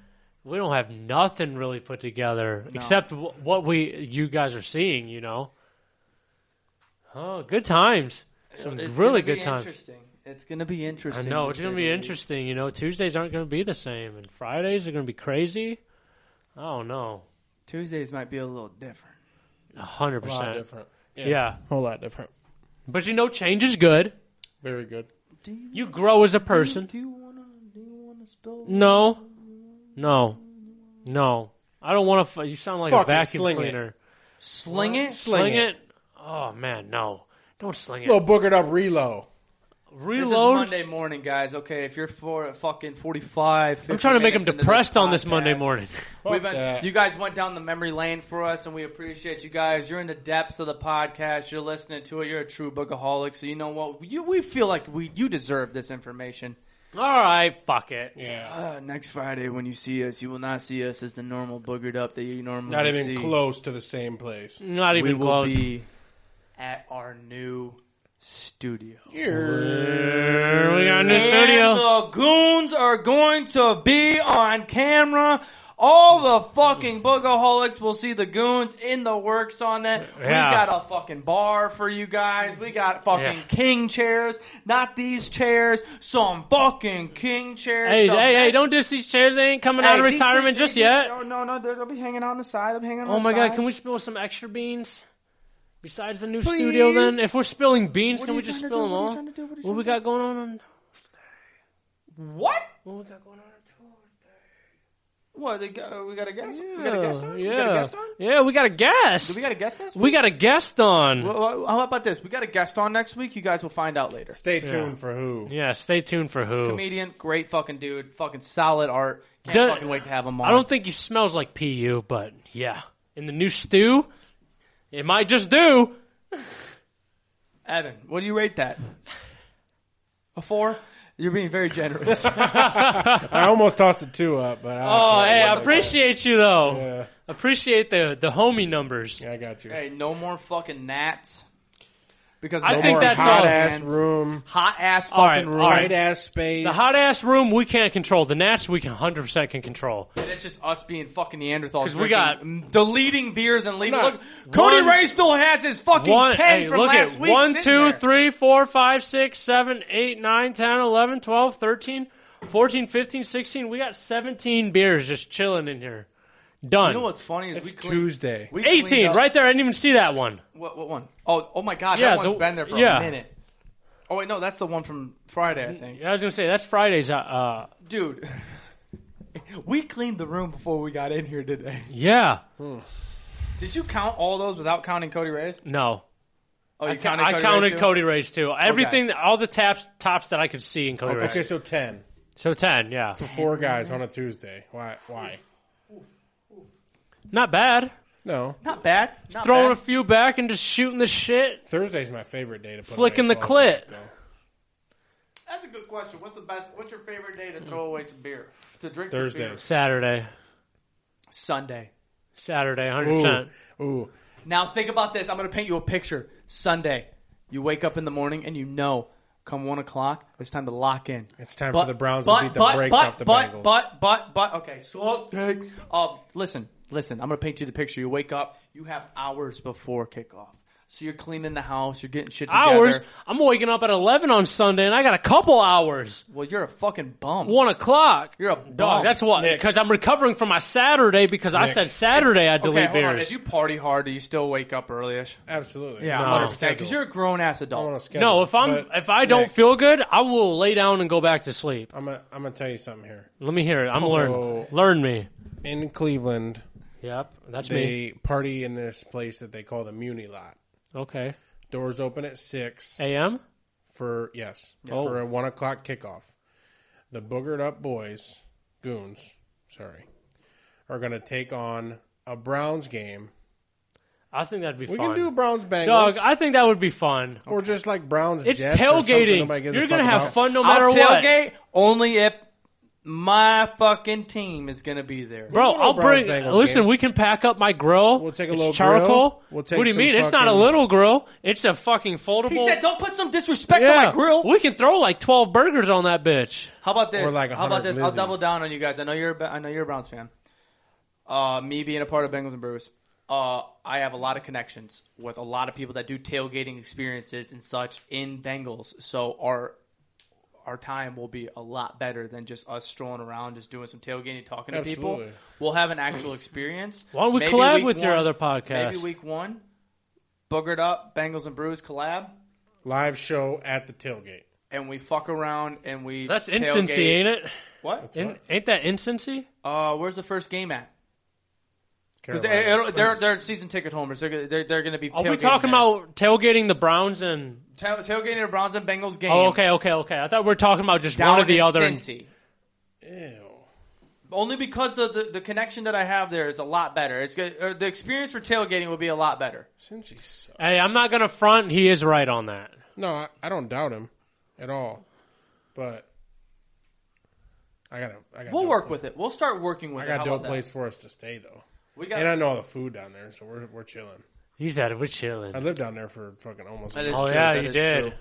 B: We don't have nothing really put together except w- what we you guys are seeing. You know. Oh, good times. Some
A: It's
B: really
A: gonna be
B: good times.
A: Interesting. It's gonna be
B: I
A: interesting.
B: know
A: to
B: it's
A: say
B: gonna
A: the
B: be
A: least.
B: interesting. You know, Tuesdays aren't gonna be the same, and Fridays are gonna be crazy. I don't know,
A: Tuesdays might be a little different.
B: a hundred
C: A lot
B: percent.
C: different.
B: Yeah,
C: whole lot different.
B: but you know, change is good.
C: Very good.
A: Do you,
B: You grow as a person.
A: do you wanna do you wanna spill?
B: No, no, no. I don't want to. F- you sound like
C: Fuck
B: a
C: it,
B: vacuum
C: sling it.
B: cleaner.
A: Sling it.
B: Sling,
C: Sling, it.
B: it. Oh man, no! Don't sling it.
C: Little boogered up reload.
A: This is
B: Reload.
A: Monday morning, guys. Okay, if you're for fucking 45, 50
B: I'm trying to make them
A: minutes into
B: depressed on this
A: podcast,
B: Monday morning.
A: We've
C: Fuck
A: been,
C: that.
A: You guys went down the memory lane for us, and we appreciate you guys. You're in the depths of the podcast. You're listening to it. You're a true bookaholic, so you know what? You, we feel like we you deserve this information.
B: All right, fuck it.
C: Yeah.
A: Uh, next Friday, when you see us, you will not see us as the normal boogered up that you normally
C: Not even
A: see.
C: close to the same place.
B: Not
A: We
B: even
A: will
B: close.
A: be at our new studio.
B: Here we got a new studio.
A: And the goons are going to be on camera All the fucking bookaholics will see the goons in the works on that.
B: Yeah.
A: We got a fucking bar for you guys. We got fucking
B: Yeah.
A: king chairs, not these chairs. Some fucking king chairs.
B: Hey,
A: the
B: hey, hey!
A: best-
B: Don't diss these chairs. They ain't coming
A: Hey,
B: out of
A: these-
B: retirement
A: these-
B: just
A: these-
B: yet.
A: Oh no, no, they'll they'll be hanging on the side. They'll be hanging on.
B: Oh
A: the
B: my god!
A: side.
B: Can we spill some extra beans? Besides the new studio, then
A: Please?
B: if we're spilling beans,
A: What are
B: can
A: you
B: we just
A: trying to do?
B: spill them
A: What are you
B: all?
A: trying to do? What are you
B: What we
A: trying
B: got going on? on
A: What?
B: what we got going on? on tour?
A: What? They got, we got a guest.
B: Yeah.
A: We got a guest on.
B: Yeah.
A: We got a guest on.
B: Yeah, we got a guest.
A: Do we got a guest next week?
B: We got a guest on.
A: Well, well, how about this? We got a guest on next week. You guys will find out later.
C: Stay tuned for who.
B: yeah, stay tuned for who.
A: Comedian, great fucking dude, fucking solid art. Can't
B: Does-
A: fucking wait to have him on.
B: I don't think he smells like PU, but yeah. In the new stew, it might just do.
A: Evan, what do you rate that? A four? You're being very generous.
C: I almost tossed a two up, but
B: Oh,
C: I
B: hey, I appreciate you though.
C: Yeah,
B: Appreciate the the homie numbers.
C: yeah, I got you.
A: hey, no more fucking gnats. Because
B: I
A: no
B: think
A: more
B: that's
C: hot
B: all.
C: ass
A: fans.
C: room,
A: hot ass fucking
B: All right,
A: room.
B: all right.
C: tight ass space.
B: The hot ass room we can't control. The Nats we can hundred percent can control.
A: And it's just us being fucking Neanderthals.
B: 'Cause we
A: drinking-
B: got-
A: mm, deleting beers and leaving.
C: not-
A: Look, Cody
B: One-
A: Ray still has his fucking
B: One,
A: ten
B: hey,
A: from
B: look
A: last
B: at
A: week.
B: one,
A: sitting
B: two,
A: there.
B: three, four, five, six, seven, eight, nine, 10, 11, 12, 13, 14, 15, 16. We got 17 beers just chilling in here. Done.
A: You know what's funny is
C: It's
A: we cleaned,
C: Tuesday.
A: we cleaned
B: 18,
A: up-
B: right there. I didn't even see that one.
A: What, what one? Oh, oh my god,
B: Yeah,
A: that one's
B: the-
A: been there for
B: yeah.
A: a minute. Oh wait, no, that's the one from Friday, I think.
B: Yeah, I was going to say, that's Friday's. Uh, uh,
A: Dude, we cleaned the room before we got in here today.
B: yeah.
A: Did you count all those without counting Cody Ray's?
B: No.
A: Oh, you
B: I
A: counted. Cody
B: I counted
A: Ray's too?
B: Cody Ray's too. Everything, all the taps, tops that I could see in Cody Ray's.
C: Okay, so ten.
B: So 10, yeah.
C: Four guys on a Tuesday. Why? Why?
B: Not bad.
C: No.
A: Not bad. Not
B: Throwing a
A: bad.
B: few back and just shooting the shit.
C: Thursday's my favorite day to put
B: Flicking
C: away
B: the
C: 12
B: clit.
C: pack, though.
A: That's a good question. What's the best? What's your favorite day to throw away some beer? To drink some
C: Thursday.
A: beer?
B: Saturday.
A: Sunday.
B: Saturday, 100%.
C: Ooh, ooh.
A: Now think about this. I'm going to paint you a picture. Sunday, you wake up in the morning and you know, come one o'clock, it's time to lock in.
C: It's time for the Browns to beat the brakes
A: but,
C: off the
A: but,
C: Bengals.
A: But but but okay. So uh, listen, listen. I'm going to paint you the picture. You wake up. You have hours before kickoff. So you're cleaning the house. You're getting shit together.
B: hours. I'm waking up at 11 on Sunday, and I got a couple hours.
A: Well, you're a fucking bum.
B: One o'clock.
A: You're a
B: dog.
A: bum.
B: That's what
C: Nick.
B: because I'm recovering from my Saturday because I
C: Nick.
B: said Saturday I
A: okay,
B: delete
A: hold on.
B: beers.
A: If you party hard, do you still wake up earlyish?
C: Absolutely.
A: Yeah, I
C: No, I'm on a
A: understand because
C: Oh, schedule.
A: you're a grown ass
C: I'm on
A: adult.
C: a schedule.
B: no, if I'm
C: But,
B: if I don't
C: Nick,
B: feel good, I will lay down and go back to sleep.
C: I'm gonna I'm gonna tell you something here.
B: Let me hear it. I'm
C: Oh.
B: learn learn me.
C: In Cleveland,
B: Yep, that's me.
C: they party in this place that they call the Muni Lot.
B: Okay,
C: Doors open at six
B: a.m.
C: for yes
B: Oh.
C: for a one o'clock kickoff. The boogered up boys, goons, sorry, are gonna take on a Browns game.
B: I think that'd be
C: We
B: fun.
C: can do Browns Bengals
B: dog. I think that would be fun.
C: or just like Browns.
B: It's
C: Jets or something
B: tailgating.
C: nobody gives a
B: You're
C: fuck
B: gonna have
C: about.
B: fun no matter
A: I'll
B: what.
A: tailgate only if my fucking team is gonna be there.
B: Bro,
C: We'll go to
B: I'll
C: a Browns
B: bring.
C: Bengals
B: listen,
C: game.
B: we can pack up my grill.
C: We'll take a
B: It's
C: little
B: charcoal.
C: grill. We'll take
B: what do you
C: some
B: mean? It's not a
C: fucking-
B: little grill. It's a fucking foldable.
A: He said, "Don't put some disrespect
B: yeah,
A: on my grill."
B: We can throw like twelve burgers on that bitch.
A: How about this?
C: Or like
A: How about
C: 100
A: this? I'll double
C: Lizzies.
A: down on you guys. I know you're. a Ba- I know you're a Browns fan. Uh, me being a part of Bengals and Brewers, uh, I have a lot of connections with a lot of people that do tailgating experiences and such in Bengals. So our our time will be a lot better than just us strolling around, just doing some tailgating, talking to people.
C: Absolutely.
A: We'll have an actual experience.
B: Why don't we
A: Maybe
B: collab
A: week
B: with your
A: one-
B: other podcast?
A: Maybe week one, boogered up Bengals and Brewers collab,
C: live show at the tailgate.
A: and we fuck around and we
B: That's incency,
A: tailgate.
B: ain't it?
A: What?
B: In- ain't that incency?
A: Uh, where's the first game at? Because they're,
C: Carolina.
A: they're they're season ticket homers. They're gonna- they're, they're going to be.
B: Are we
A: tailgating
B: talking
A: there.
B: about tailgating the Browns and?
A: Ta- tailgating a Browns and Bengals game?
B: Oh, okay, okay, okay. I thought we were talking about just
A: Down
B: one or the
A: in
B: other.
A: Cincy.
C: Ew.
A: Only because the, the the connection that I have there is a lot better. It's good. Uh, the experience for tailgating will be a lot better.
C: Since he sucks.
B: Hey, I'm not gonna front. He is right on that.
C: No, I, I don't doubt him at all. But I got I got
A: We'll
C: no,
A: work with it. We'll start working with
C: I
A: it. How
C: got no
A: about that?
C: place for us to stay though.
A: We got.
C: and I know all the food down there, so we're we're chilling.
B: He's at it. We're
C: I
B: chilling.
C: lived down there for fucking almost. a
A: that is
B: Oh,
A: true.
B: yeah,
A: That
B: you
A: is
B: did.
A: true.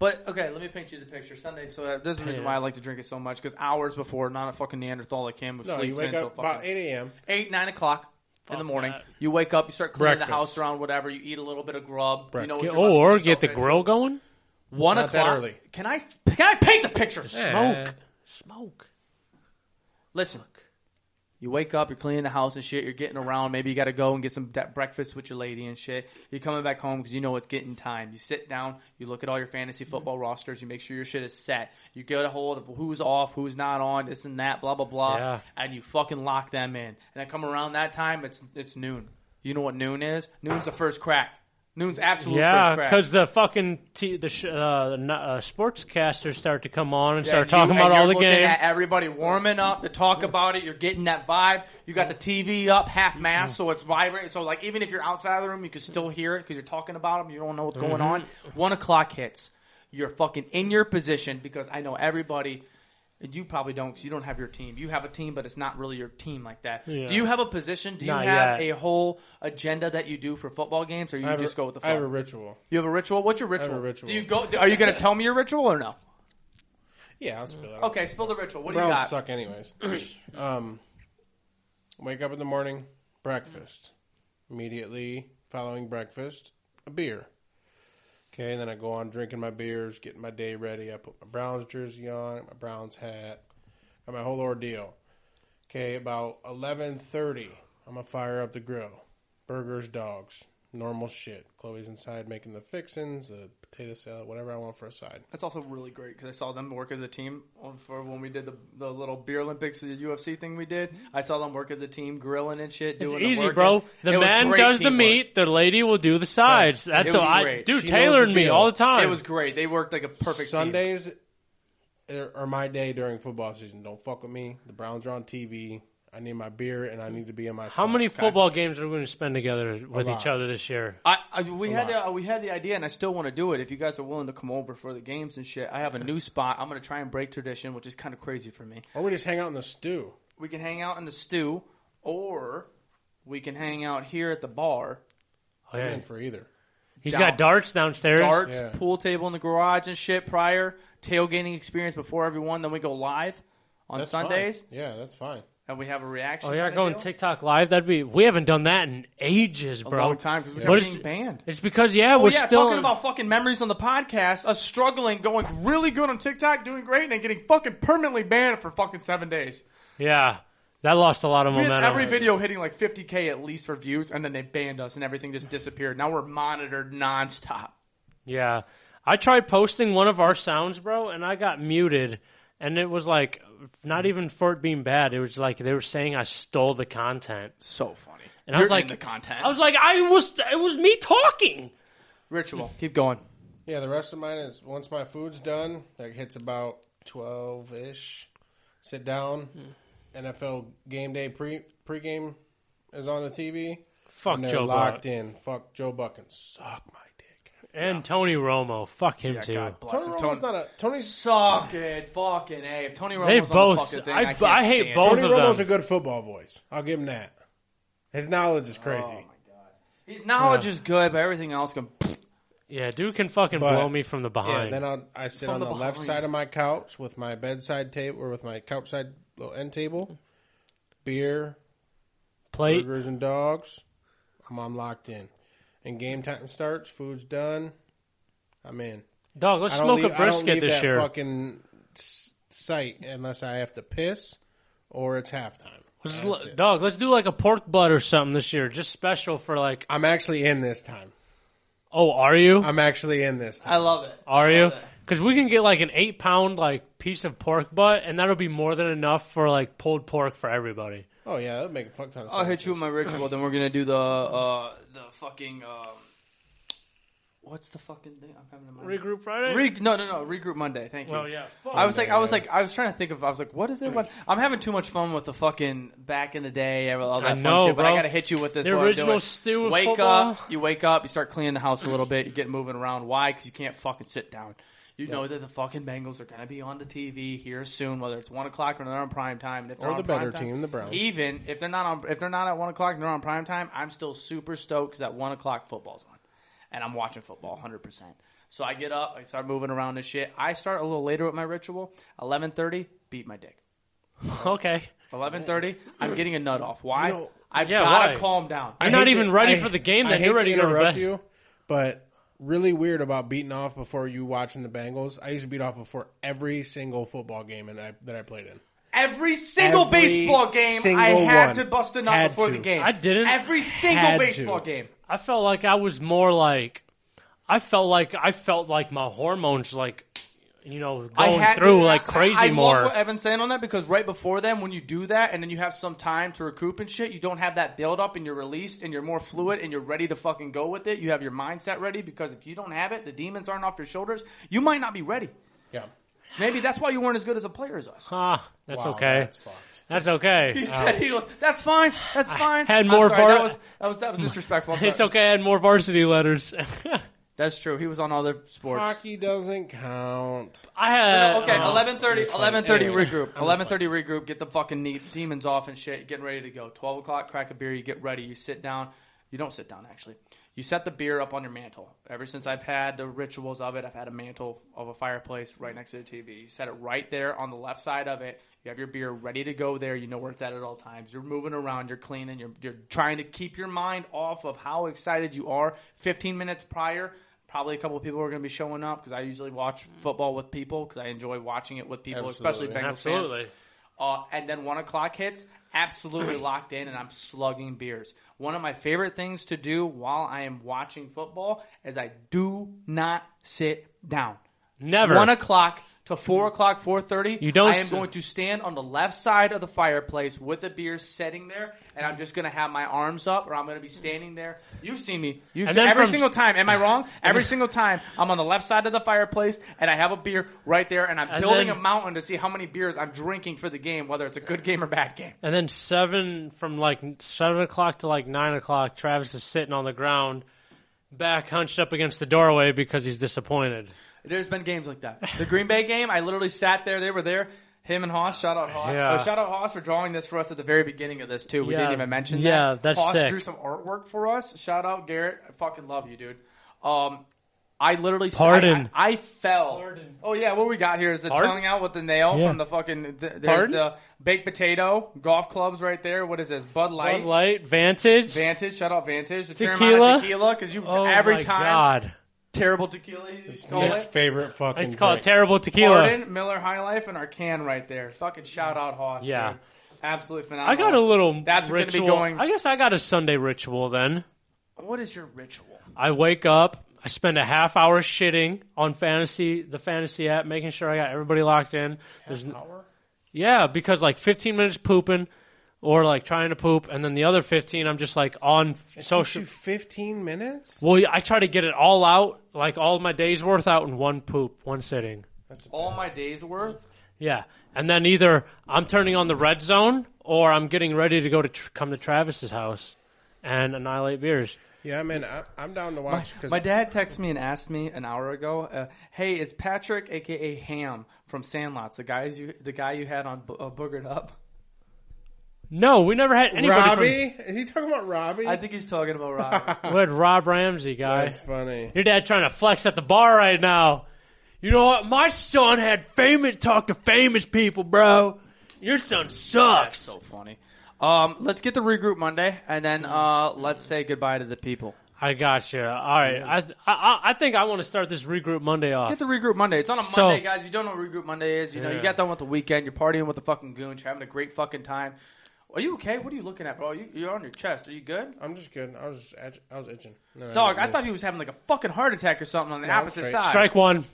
A: But okay, let me paint you the picture. Sunday, so that, this is the reason
B: Yeah.
A: why I like to drink it so much because hours before, not a fucking Neanderthal like him would
C: No, you
A: sleep
C: wake
A: until
C: up about
A: fucking
C: eight a.m.
A: eight, nine o'clock in
B: Fuck
A: the morning.
B: that.
A: You wake up, you start cleaning the
C: Breakfast.
A: house around, whatever. You eat a little bit of grub. You know,
C: Breakfast.
A: what you're
B: or
A: fucking
B: get the
A: yourself
B: grill going.
A: into. One
C: Not that
A: o'clock.
C: early.
A: Can I? Can I paint the picture?
B: Smoke, smoke.
A: Listen. You wake up, you're cleaning the house and shit. You're getting around. Maybe you got to go and get some de- breakfast with your lady and shit. You're coming back home because you know it's getting time. You sit down, you look at all your fantasy football
C: Mm-hmm.
A: rosters, you make sure your shit is set. You get a hold of who's off, who's not on, this and that, blah blah blah,
B: Yeah.
A: and you fucking lock them in. And then come around that time, it's it's noon. You know what noon is? Noon's the first crack. Noon's absolute
B: Yeah,
A: first crack.
B: because the fucking t- the sh- uh, the n- uh, sportscasters start to come on and
A: Yeah,
B: start
A: and
B: talking
A: you-
B: about
A: and
B: all
A: you're
B: the
A: looking
B: game.
A: At everybody warming up to talk about it. You're getting that vibe. You got the TV up half mast, so it's vibrating. So like even if you're outside of the room, you can still hear it because you're talking about them. You don't know what's going on. One o'clock hits. You're fucking in your position because I know everybody. and You probably don't because you don't have your team. You have a team, but it's not really your team like that.
B: Yeah.
A: Do you have a position? Do you
B: Not
A: have
B: yet.
A: a whole agenda that you do for football games, or you
C: I have
A: just
C: a,
A: go with the
C: I have a
A: flow?
C: ritual.
A: You have a ritual. What's your
C: have
A: ritual?
C: a ritual.
A: Do you go? Are you going to tell me your ritual or no?
C: Yeah, I'll spill it. out.
A: Okay, spill the ritual. What do you
C: Browns
A: got?
C: suck anyways. um, wake up in the morning, breakfast. Immediately following breakfast, a beer. Okay, and then I go on drinking my beers, getting my day ready. I put my Browns jersey on, my Browns hat, got my whole ordeal. Okay, about eleven thirty, I'm gonna fire up the grill. Burgers, dogs, normal shit. Chloe's inside making the fixins, the potato salad, whatever I want for a side.
A: That's also really great because I saw them work as a team on- for when we did the, the little beer Olympics, the UFC thing we did. I saw them work as a team, grilling and shit.
B: It's
A: Doing the
B: easy,
A: work.
B: bro.
A: It
B: The
A: was
B: man
A: great
B: does the
A: teamwork.
B: meat. The lady will do the sides. That's
A: It
B: so
A: was
B: I
A: great.
B: dude
C: She
B: Taylor
C: knows
B: and
C: the
B: me
C: deal.
B: all the time.
A: It was great. They worked like a perfect team.
C: Sundays are- are my day during football season. Don't fuck with me. The Browns are on TV. I need my beer and I need to be in my.
B: How
C: spot.
B: many
C: Okay.
B: football games are we going to spend together with
C: lot.
B: each other this year?
A: I, I we had
C: lot.
A: the, we had the idea, and I still want to do it. If you guys are willing to come over for the games and shit, I have a new spot. I'm gonna try and break tradition, which is kind of crazy for me.
C: Or we just hang out in the stew.
A: We can hang out in the stew, or we can hang out here at the bar.
B: Oh,
C: I'm
B: yeah.
C: in for either.
B: He's
A: down.
B: got darts downstairs.
A: darts,
C: Yeah.
A: pool table in the garage and shit prior, tailgating experience before everyone. Then we go live on
C: That's
A: Sundays
C: fine. Yeah, that's fine.
A: and we have a reaction.
B: Oh yeah,
A: kinda
B: going
A: deal.
B: TikTok live. That'd be we haven't done that in ages,
A: a
B: bro.
A: long time because we
B: What
A: kept
B: is-
A: being banned.
B: It's because yeah,
A: Oh
B: we're
A: yeah,
B: still
A: talking about fucking memories on the podcast, us struggling, going really good on TikTok, doing great, and then getting fucking permanently banned for fucking seven days.
B: yeah. That lost a lot of
A: We had
B: momentum.
A: every video hitting like 50k at least for views, and then they banned us, and everything just disappeared. Now we're monitored nonstop.
B: Yeah. I tried posting one of our sounds, bro, and I got muted. And it was like, not even for it being bad. It was like they were saying I stole the content.
A: So funny.
B: And I was
A: You're
B: like,
A: in the content
B: I was like, I was, it was me talking.
A: ritual. Keep going.
C: Yeah, the rest of mine is once my food's done. Like hits about twelve ish. Sit down.
A: Hmm.
C: NFL game day pre pregame is on the TV.
B: Fuck
C: And they're
B: Joe
C: locked
B: Buck.
C: in. Fuck Joe Buck and suck my dick.
B: And Tony Romo. Fuck him too.
A: God bless
C: Tony
A: him.
C: Romo's not a Tony's.
A: Suck it, fucking a. If Tony Romo's
B: They
A: on
B: both-
A: the fucking thing,
B: I-
A: I, can't
B: I hate
A: stand
B: both.
A: it.
C: Tony
B: of them.
C: Romo's a good football voice. I'll give him that. His knowledge
A: Oh,
C: is crazy.
A: His knowledge is good, but everything else can.
B: Yeah, dude can fucking
C: But-
B: blow me from the
C: Yeah,
B: behind.
C: then I'll, I sit
A: From
C: on
A: the
C: the, left
A: behind.
C: side of my couch with my bedside table or with my couch side little end table, beer,
B: Plate.
C: burgers and dogs. I'm, I'm locked in. And game time starts, food's done. I'm in.
B: Dog, let's
C: I don't
B: smoke
C: leave,
B: a
C: I don't leave
B: brisket this
C: that
B: year.
C: fucking s- site unless I have to piss or it's halftime.
B: Let's
C: That's
B: l-
C: it.
B: dog, let's do like a pork butt or something this year. Just special for like,
C: I'm actually in this time.
B: oh, are you?
C: I'm actually in this time.
A: I love it.
B: Are you?
A: Love it.
B: Because we can get like an eight pound like piece of pork butt, and that'll be more than enough for like pulled pork for everybody.
C: Oh yeah, that'd make a fuck ton of sense.
A: I'll hit you with my ritual. Then we're gonna do the uh, the fucking. Um, what's the fucking thing I'm having in mind?
B: Regroup Friday.
A: Re- no, no, no. Regroup Monday. Thank you.
B: well, yeah. Fuck.
A: I was like, I was like, I was trying to think of. I was like, what is it? What I'm having too much fun with the fucking back in the day, all that
B: I
A: fun
B: know,
A: shit. But I
B: bro.
A: gotta hit you with this.
B: The
A: what I'm
B: original
A: doing.
B: stew of
A: Wake
B: football.
A: up. You wake up. You start cleaning the house a little bit. You get moving around. Why? Because you can't fucking sit down. You know that the fucking Bengals are gonna be on the TV here soon, whether it's one o'clock or they're on prime time. And if they're
C: Or
A: on
C: the better
A: prime time-
C: team, the Browns.
A: Even if they're not on, if they're not at one o'clock and they're on prime time, I'm still super stoked because at one o'clock football's on, and I'm watching football 100. percent So I get up, I start moving around and shit. I start a little later with my ritual. Eleven thirty, beat my dick.
B: Okay.
A: Eleven thirty, I'm getting a nut off. Why?
C: You know-
A: I've
B: Yeah,
A: gotta
B: why?
A: calm down.
B: You're
C: I
B: not
C: hate
B: even
C: to-
B: ready
C: I-
B: for the game.
C: I
B: Then
C: hate
B: you're ready
C: to
B: to go to
C: interrupt
B: bed.
C: you, but really weird about beating off before you watching the Bengals. I used to beat off before every single football game and I, that I played in.
A: Every single
C: Every
A: baseball game, I
C: single
A: had
C: one.
A: to bust a nut
C: Had
A: before
C: to.
A: the game.
B: I didn't
A: Every single
C: had to.
A: baseball game.
B: I felt like I was more like, I felt like I felt like my hormones like, you know, going
A: I had
B: through
A: I-
B: like
A: I-
B: crazy
A: I,
B: more.
A: love what Evan's saying on that because right before then, when you do that and then you have some time to recoup and shit, you don't have that build up and you're released and you're more fluid and you're ready to fucking go with it. You have your mindset ready because if you don't have it, the demons aren't off your shoulders. You might not be ready.
C: Yeah.
A: Maybe that's why you weren't as good as a player as us.
B: ah, that's
C: Wow,
B: okay.
C: That's
B: That's,
C: fucked.
B: okay.
A: He
B: Uh,
A: said he goes, "That's fine. That's fine." I'm
B: had more
A: sorry,
B: var-
A: that, was, that was that was disrespectful. I'm
B: it's
A: sorry.
B: okay. I had more varsity letters.
A: That's true. He was on other sports.
C: Hockey doesn't count.
B: I had
A: Okay,
B: uh,
A: eleven thirty. Eleven thirty.
C: Anyways,
A: Regroup. Eleven thirty. Regroup. Get the fucking ne- demons off and shit. Getting ready to go. Twelve o'clock. Crack a beer. You get ready. You sit down. You don't sit down actually. You set the beer up on your mantle. Ever since I've had the rituals of it, I've had a mantle of a fireplace right next to the TV. You set it right there on the left side of it. You have your beer ready to go there. You know where it's at at all times. You're moving around. You're cleaning. You're you're trying to keep your mind off of how excited you are. Fifteen minutes prior, Probably a couple of people are going to be showing up because I usually watch football with people because I enjoy watching it with people, especially
C: Absolutely.
A: Bengals
B: absolutely.
A: fans. Uh, and then one o'clock hits, absolutely locked in, and I'm slugging beers. One of my favorite things to do while I am watching football is I do not sit down.
B: Never.
A: One o'clock to four o'clock, four thirty.
B: You don't
A: I am
B: s-
A: going to stand on the left side of the fireplace with a beer sitting there, and I'm just going to have my arms up, or I'm going to be standing there. You've seen me. You've
B: And
A: seen,
B: then
A: every
B: from-
A: single time. Am I wrong? Every single time, I'm on the left side of the fireplace, and I have a beer right there, and I'm
B: And
A: building
B: then-
A: a mountain to see how many beers I'm drinking for the game, whether it's a good game or bad game.
B: And then seven from like seven o'clock to like nine o'clock, Travis is sitting on the ground, back hunched up against the doorway because he's disappointed.
A: There's been games like that. The Green Bay game, I literally sat there. They were there. Him and Haas. Shout out Haas.
B: Yeah.
A: Oh, shout out Haas for drawing this for us at the very beginning of this too. We
B: Yeah.
A: didn't even mention
B: Yeah,
A: that.
B: that's
A: Haas
B: sick.
A: drew some artwork for us. Shout out Garrett. I fucking love you, dude. Um, I literally s- I-
B: Pardon.
A: I, I fell.
B: Pardon.
A: Oh yeah, what we got here is the
B: Pardon?
A: tongue out with the nail
B: Yeah.
A: from the fucking. Th- there's
B: Pardon?
A: the baked potato, golf clubs right there. What is this? Bud Light.
B: Bud Light, Vantage,
A: Vantage, shout out Vantage. The
B: Tequila?
A: Terramana tequila, because you
B: oh
A: every
B: my
A: time
B: god,
A: terrible tequila. You just call
C: Nick's
A: it.
C: favorite fucking.
B: it's called
C: drink.
B: terrible tequila.
A: Arden, Miller High Life, and our can right there. Fucking shout out Hoss.
B: Yeah.
A: dude. absolutely
B: I
A: phenomenal.
B: got a little
A: That's gonna be
B: ritual.
A: going-
B: I guess I got a Sunday ritual then.
A: What is your ritual?
B: I wake up, I spend a half hour shitting on fantasy, the fantasy app, making sure I got everybody locked in. There's n-
C: Hour?
B: yeah, because like 15 minutes pooping or like trying to poop, and then the other 15, I'm just like on
C: It takes
B: social.
C: you fifteen minutes.
B: Well, yeah, I try to get it all out, like all my days worth out in one poop, one sitting.
C: That's
A: All my days worth.
B: Yeah, and then either I'm turning on the red zone or I'm getting ready to go to tr- come to Travis's house and annihilate beers.
C: yeah, I mean, I, I'm down to watch because
A: My dad texted me and asked me an hour ago, uh, "Hey, it's Patrick, aka Ham from Sandlots, the guys you, the guy you had on Bo- uh, Boogered Up."
B: No, we never had anybody. from-
C: Robbie. Is he talking about Robbie?
A: I think he's talking about Rob.
B: We had Rob Ramsey, guy.
C: That's funny.
B: Your dad trying to flex at the bar right now. You know what? My son had famous talk to famous people, bro. Your son sucks.
A: so funny. Um, let's get the regroup Monday, and then uh, let's say goodbye to the people.
B: I got you. All right, I th- I, I I think I want to start this regroup Monday off.
A: Get the regroup Monday. It's on a
B: So-
A: Monday, guys. You don't know what regroup Monday is. You know, you
B: Yeah.
A: got done with the weekend. You're partying with the fucking goonch, having a great fucking time. Are you okay? What are you looking at, bro? You, you're on your chest. Are you good,
C: I'm just kidding. I was just itch- I was itching. No, no,
A: dog?
C: no,
A: I
C: no.
A: thought he was having like a fucking heart attack or something on the
C: No, I'm
A: opposite
C: straight.
A: side.
B: Strike one.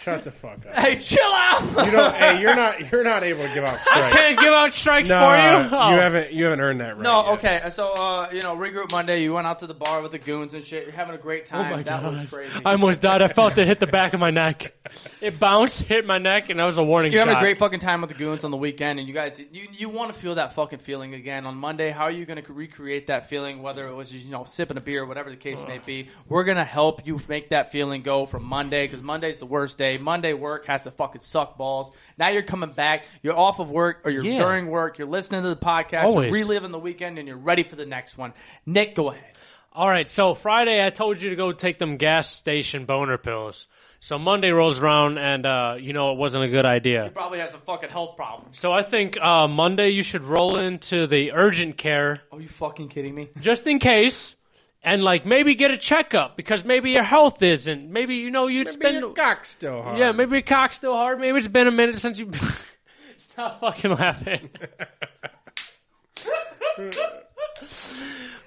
C: Shut the fuck up.
A: Hey, chill out.
C: You don't. hey, you're not. You're not able to give out strikes.
B: Can't give out strikes
C: No,
B: for you. Oh.
C: you haven't. You haven't earned that. Right
A: No,
C: yet.
A: okay. So, uh, you know, regroup Monday. You went out to the bar with the goons and shit. You're having a great
B: Oh
A: time.
B: my
A: that
B: god!
A: was crazy.
B: I almost died. I felt it hit the back of my neck. It bounced, hit my neck, and that was a warning
A: You're
B: shot.
A: having a great fucking time with the goons on the weekend, and you guys, you you want to feel that fucking feeling again on Monday. How are you going to recreate that feeling? Whether it was you know sipping a beer, whatever the case may be, we're gonna help you make that feeling go from Monday because Monday's the worst day. Monday work has to fucking suck balls. Now you're coming back, you're off of work or you're
B: Yeah.
A: during work, you're listening to the podcast,
B: Always.
A: you're reliving the weekend, and you're ready for the next one. Nick, go ahead.
B: All right, so Friday I told you to go take them gas station boner pills. So Monday rolls around and uh, you know it wasn't a good idea.
A: Probably has some fucking health problems.
B: So I think uh, Monday you should roll into the urgent care
A: Are you fucking kidding me?
B: just in case, and like maybe get a checkup because maybe your health isn't. Maybe you know you'd
C: Maybe
B: spend.
C: your cock's still hard.
B: Yeah, maybe your cock's still hard. Maybe it's been a minute since you. Stop fucking laughing.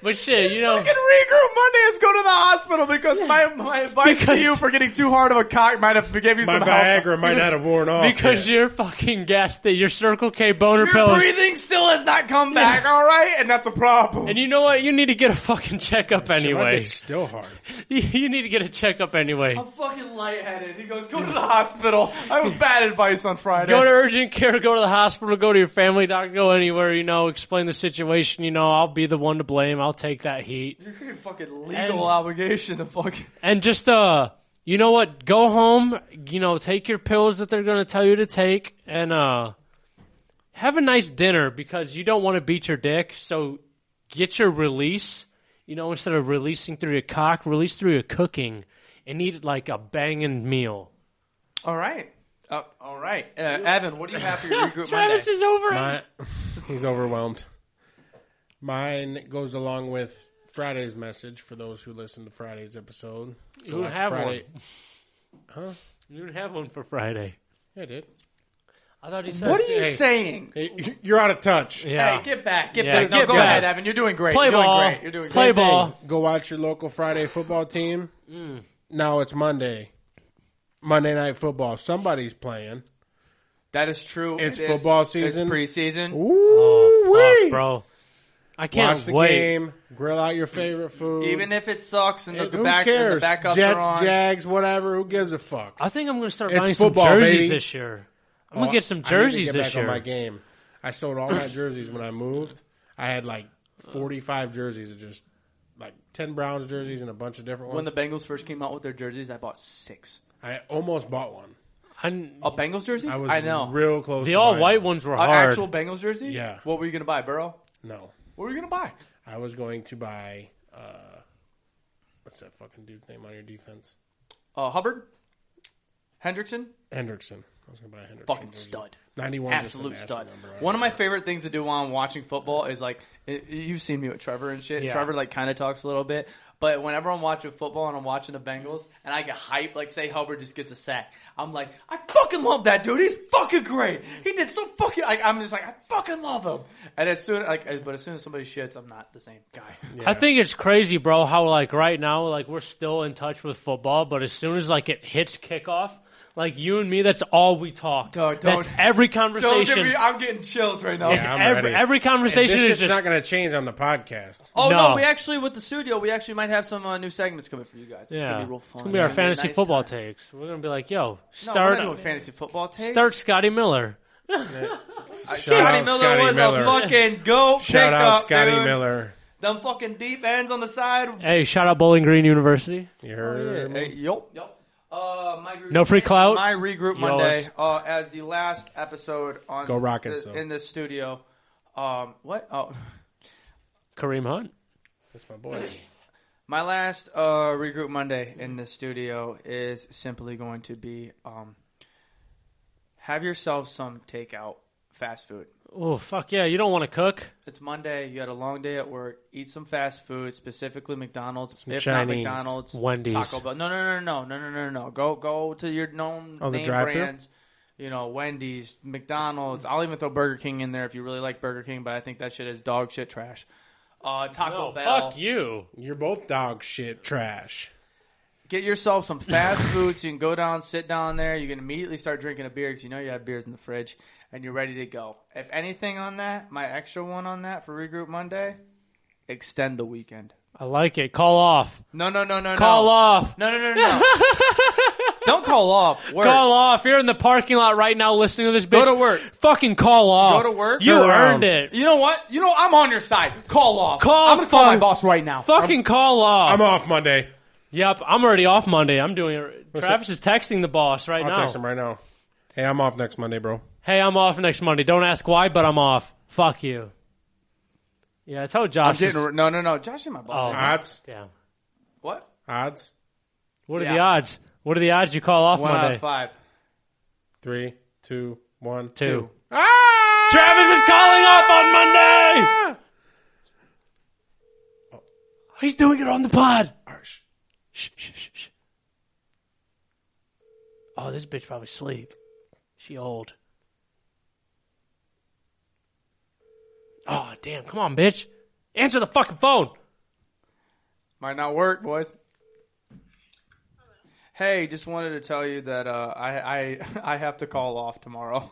B: but shit, you know.
A: Fucking regroup Monday is go to the hospital because my, my advice
B: Because-
A: to you for getting too hard of a cock might have gave you
C: My
A: some help.
C: Viagra might not have worn off.
B: Because
C: yet.
B: your fucking gas station, your Circle K boner
A: Your
B: pills.
A: breathing still has not come back, all right, and that's a problem.
B: And you know what? You need to get a fucking checkup
C: Shit, my
B: anyway.
C: dick's still hard.
B: You need to get a checkup anyway.
A: I'm fucking lightheaded. He goes, go to the hospital. I was bad advice on Friday.
B: Go to urgent care, go to the hospital, go to your family doctor, go anywhere, you know, explain the situation, you know, I'll be the one to blame, I'll take that heat.
A: You're getting fucking legal
B: And-
A: obligation to fucking.
B: And just, uh, you know what? Go home, you know, take your pills that they're going to tell you to take, and, uh, have a nice dinner because you don't want to beat your dick, so get your release, you know, instead of releasing through your cock, release through your cooking and eat like a banging meal.
A: All right. Uh, all right. Uh, Evan, what do you have for your regroup Monday?
B: Travis is over.
C: My, he's overwhelmed. Mine goes along with Friday's message for those who listened to Friday's episode.
B: you
C: Go
B: don't
C: watch
B: have
C: Friday.
B: one.
C: Huh?
B: You don't have one for Friday.
C: Yeah, I did.
B: I thought he said.
A: What are you
C: Hey.
A: saying?
C: Hey, you're out of touch.
B: Yeah.
A: Hey, get back. Get
B: Yeah,
A: back. No,
B: get
A: go
B: back.
A: ahead, Evan. You're doing great.
B: Play
A: You're doing
B: ball.
A: great. You're doing
B: Play
A: great.
B: ball.
C: Go watch your local Friday football team.
B: Mm.
C: Now it's Monday. Monday night football. Somebody's playing.
A: That is true.
C: It's
A: It is.
C: football season.
A: It's preseason.
C: Ooh,
B: Fuck, bro. I can't
C: Oh, Watch the
B: wait.
C: game. Grill out your favorite food.
A: Even if it sucks and the,
C: Hey, Eh, who
A: back, and
C: cares?
A: the backups
C: Jets,
A: are on.
C: Jags, whatever. Who gives a fuck?
B: I think I'm going to start
C: It's
B: buying
C: football,
B: some jerseys
C: baby.
B: this year. I'm
C: Oh,
B: going to get some
C: I need to
B: jerseys
C: get
B: this
C: back
B: year.
C: On my game. I sold all my jerseys when I moved. I had like forty-five jerseys, of just like ten Browns jerseys and a bunch of different
A: When
C: ones.
A: the Bengals first came out with their jerseys, I bought six.
C: I almost bought one.
B: I'm-
A: A Bengals jersey?
C: I was
A: know.
C: real close.
B: the
C: to
B: all
C: buying
B: white
C: one.
B: ones were
A: An
B: hard.
A: actual Bengals jersey?
C: Yeah.
A: What were you going to buy, bro?
C: No,
A: What were you going to buy?
C: I was going to buy. uh What's that fucking dude's name on your defense?
A: Uh, Hubbard? Hendrickson?
C: Hendrickson. I was going to buy a Hendrickson.
A: Fucking
C: jersey.
A: stud.
C: Ninety-one. is just an
A: absolute
C: asset
A: stud.
C: number. I
A: One of
C: don't
A: my
C: know.
A: favorite things to do while I'm watching football is like it, you've seen me with Trevor and shit.
B: Yeah.
A: Trevor like kind of talks a little bit, but whenever I'm watching football and I'm watching the Bengals and I get hyped, like say Hubbard just gets a sack, I'm like, I fucking love that dude. He's fucking great. He did so fucking. Like, I'm just like, I fucking love him. And as soon like, as- but as soon as somebody shits, I'm not the same guy.
B: I think it's crazy, bro, how like right now, like we're still in touch with football, but as soon as like it hits kickoff, like you and me, that's all we talk.
A: Dog,
B: that's
A: don't-
B: every
A: Don't get
B: conversation.
A: me. I'm getting chills right now.
C: Yeah, I'm
B: every,
C: ready.
B: every
C: And
B: conversation
C: this
B: is
C: shit's
B: just
C: not going to change on the podcast.
A: Oh no.
B: No.
A: we actually with the studio, we actually might have some uh, new segments coming for you guys. It's
B: yeah.
A: gonna be real fun.
B: It's gonna be our
A: a
B: fantasy
A: nice
B: football
A: time.
B: takes. We're gonna be like, yo,
A: No, we're
B: start
A: not doing fantasy football takes.
B: start Scotty Miller.
C: Shout
A: Uh, Scotty
C: out
A: Miller
C: Scotty
A: was
C: Miller.
A: a fucking go
C: Shout
A: pick
C: out
A: up,
C: Scotty
A: dude.
C: Miller.
A: Them fucking deep ends on the side.
B: Hey, shout out Bowling Green University.
A: Oh,
C: You heard me?
A: Hey, yup, yup. Uh, my group,
B: No free clout?
A: My regroup
B: Yours.
A: Monday uh, as the last episode on
C: Go Rockets,
A: the,
C: though.
A: in the studio. Um, what? Oh,
B: Kareem Hunt.
C: That's my boy.
A: my last uh, regroup Monday in the studio is simply going to be um, have yourself some takeout fast food.
B: Oh fuck yeah! You don't want to cook.
A: It's Monday. You had a long day at work. Eat some fast food, specifically McDonald's. if
C: Chinese.
A: not McDonald's,
B: Wendy's.
A: Taco Bell. No, no, no, no, no, no, no, no. Go, go to your known
C: Oh, the
A: name
C: drive-thru?
A: brands. You know, Wendy's, McDonald's. I'll even throw Burger King in there if you really like Burger King, but I think that shit is dog shit trash. Uh, Taco
B: No,
A: Bell.
B: fuck you.
C: You're both dog shit trash.
A: Get yourself some fast food so you can go down, sit down there. You can immediately start drinking a beer because you know you have beers in the fridge and you're ready to go. If anything on that, my extra one on that for Regroup Monday, extend the weekend.
B: I like it. Call off.
A: No, no, no, no,
B: Call
A: no.
B: off.
A: No, no, no, no. Don't call off. Work.
B: Call off. You're in the parking lot right now listening to this bitch.
A: Go to work.
B: Fucking call off.
A: to work.
B: You
A: Turn
B: earned
C: around.
B: it.
A: You know what? You know I'm on your side. Call off.
B: Call
A: I'm gonna call my
B: fuck-
A: boss right now.
B: Fucking call off.
C: I'm off Monday.
B: yep, I'm already off Monday. I'm doing it. Travis is texting the boss right
C: I'll
B: now.
C: text him right now. Hey, I'm off next Monday, bro.
B: Hey, I'm off next Monday. Don't ask why, but I'm off. Fuck you. Yeah, that's how
A: I'm
B: Josh.
A: getting
B: is-
A: ri- no, no, no. Josh ain't my boss.
B: Oh.
C: Odds,
B: Damn.
A: What?
C: odds,
B: What are the
A: Yeah.
B: odds? What are the odds you call off
A: One out
B: Monday?
A: of five.
C: three, two, one.
B: Two.
C: Ah!
B: Travis is calling off on
A: Ah!
B: Monday. He's doing it on the pod.
C: Arsh.
B: Shh, shh, shh, shh. Oh, this bitch probably sleep. She old. Oh, damn. Come on, bitch. Answer the fucking phone.
A: Might not work, boys. Hey, just wanted to tell you that uh, I I I have to call off tomorrow.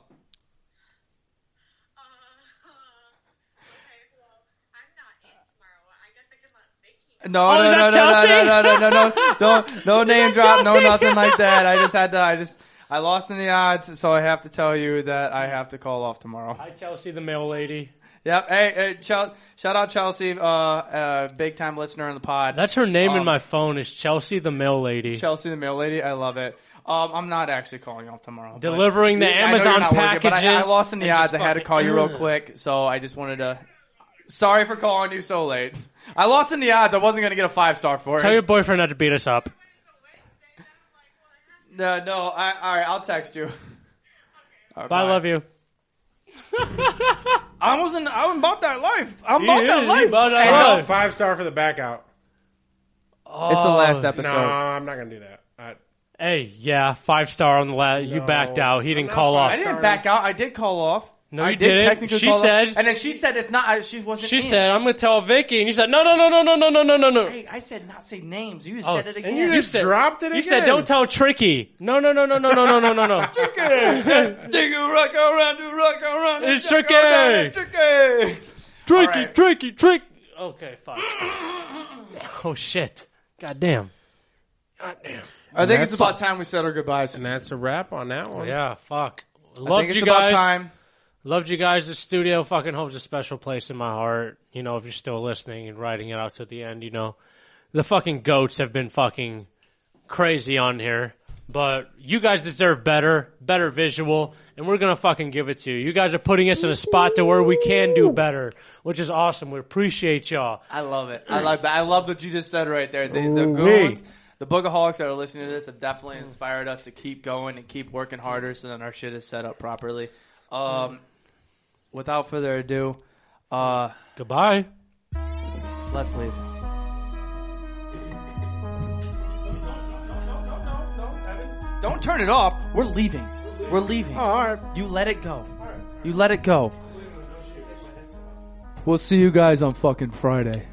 A: No,
B: Oh,
A: no, no,
B: is
A: no,
B: that
A: no, no, no, no, no,
B: Chelsea?
A: no, no name drop, no
B: Chelsea?
A: nothing like that. I just had to. I just I lost in the odds, so I have to tell you that I have to call off tomorrow.
B: Hi, Chelsea, the mail lady.
A: Yep. Hey, hey Chel- shout out Chelsea, uh, uh, big time listener in the pod.
B: That's her name in
A: Um,
B: my phone is Chelsea, the mail lady.
A: Chelsea, the mail lady. I love it. Um, I'm not actually calling off tomorrow. but-
B: Delivering the
A: I know you're
B: Amazon
A: not working, but I, I
B: packages
A: lost in the
B: and
A: odds.
B: just
A: I had to
B: fucking-
A: call you real quick, so I just wanted to. Sorry for calling you so late. I lost in the odds. I wasn't going to get a five star for
B: Tell
A: it.
B: your boyfriend not to beat us up.
A: No, no. I, all right, I'll text you. All right,
B: Bye, love you.
A: I wasn't. I wasn't about that life. I'm
B: He
A: about that
B: is,
A: life.
B: he about that
A: Hey,
B: life.
A: no,
B: Oh.
C: Five star for the back out.
A: It's the last
B: Oh,
A: episode.
C: No, I'm not gonna do that. I,
B: Hey, yeah, five star on the last. You
C: No.
B: backed out. He
C: I'm
B: didn't
C: not
B: call
A: I
B: off.
C: five.
A: didn't back out. I did call off.
B: No,
A: I
B: you
A: did
B: didn't.
A: Technically
B: She
A: call off.
B: said-
A: and then she said it's not. I, she wasn't.
B: She
A: in.
B: said, "I'm gonna tell Vicky," and you said, "No, no, no, no, no, no, no, no, no, no."
A: "Hey, I said not say names. You
B: Oh,
A: said it
B: and
A: again."
C: and you just
B: said-
C: dropped it.
B: You said, "Don't tell Tricky." No, no, no, no, no, no, no, no, no, no.
A: Dig a rock around, do rock around.
B: It's
A: check
B: tricky.
A: around, it's tricky.
B: Tricky,
A: Alright.
B: Tricky, Trick. Okay, fuck. oh shit! God damn. God damn.
A: I think it's
C: That's-
A: about time we said our goodbyes.
C: And that's a wrap on that one.
B: Yeah, fuck.
A: I think
B: Loved
A: it's
B: you
A: about
B: guys.
A: time.
B: Loved you guys. The studio fucking holds a special place in my heart. You know, if you're still listening and writing it out to the end, you know, the fucking goats have been fucking crazy on here. But you guys deserve better, better visual, and we're gonna fucking give it to you. You guys are putting us in a spot to where we can do better, which is awesome. We appreciate y'all.
A: I love it. I love that. I love what you just said right there. The, the
C: Ooh-wee.
A: goons, the bookaholics that are listening to this have definitely inspired us to keep going and keep working harder so that our shit is set up properly. Um, without further ado, uh,
B: Goodbye.
A: let's leave. Don't turn it off. We're leaving. We're leaving.
C: All right.
A: You let it go. You let it go. We'll see you guys on fucking Friday.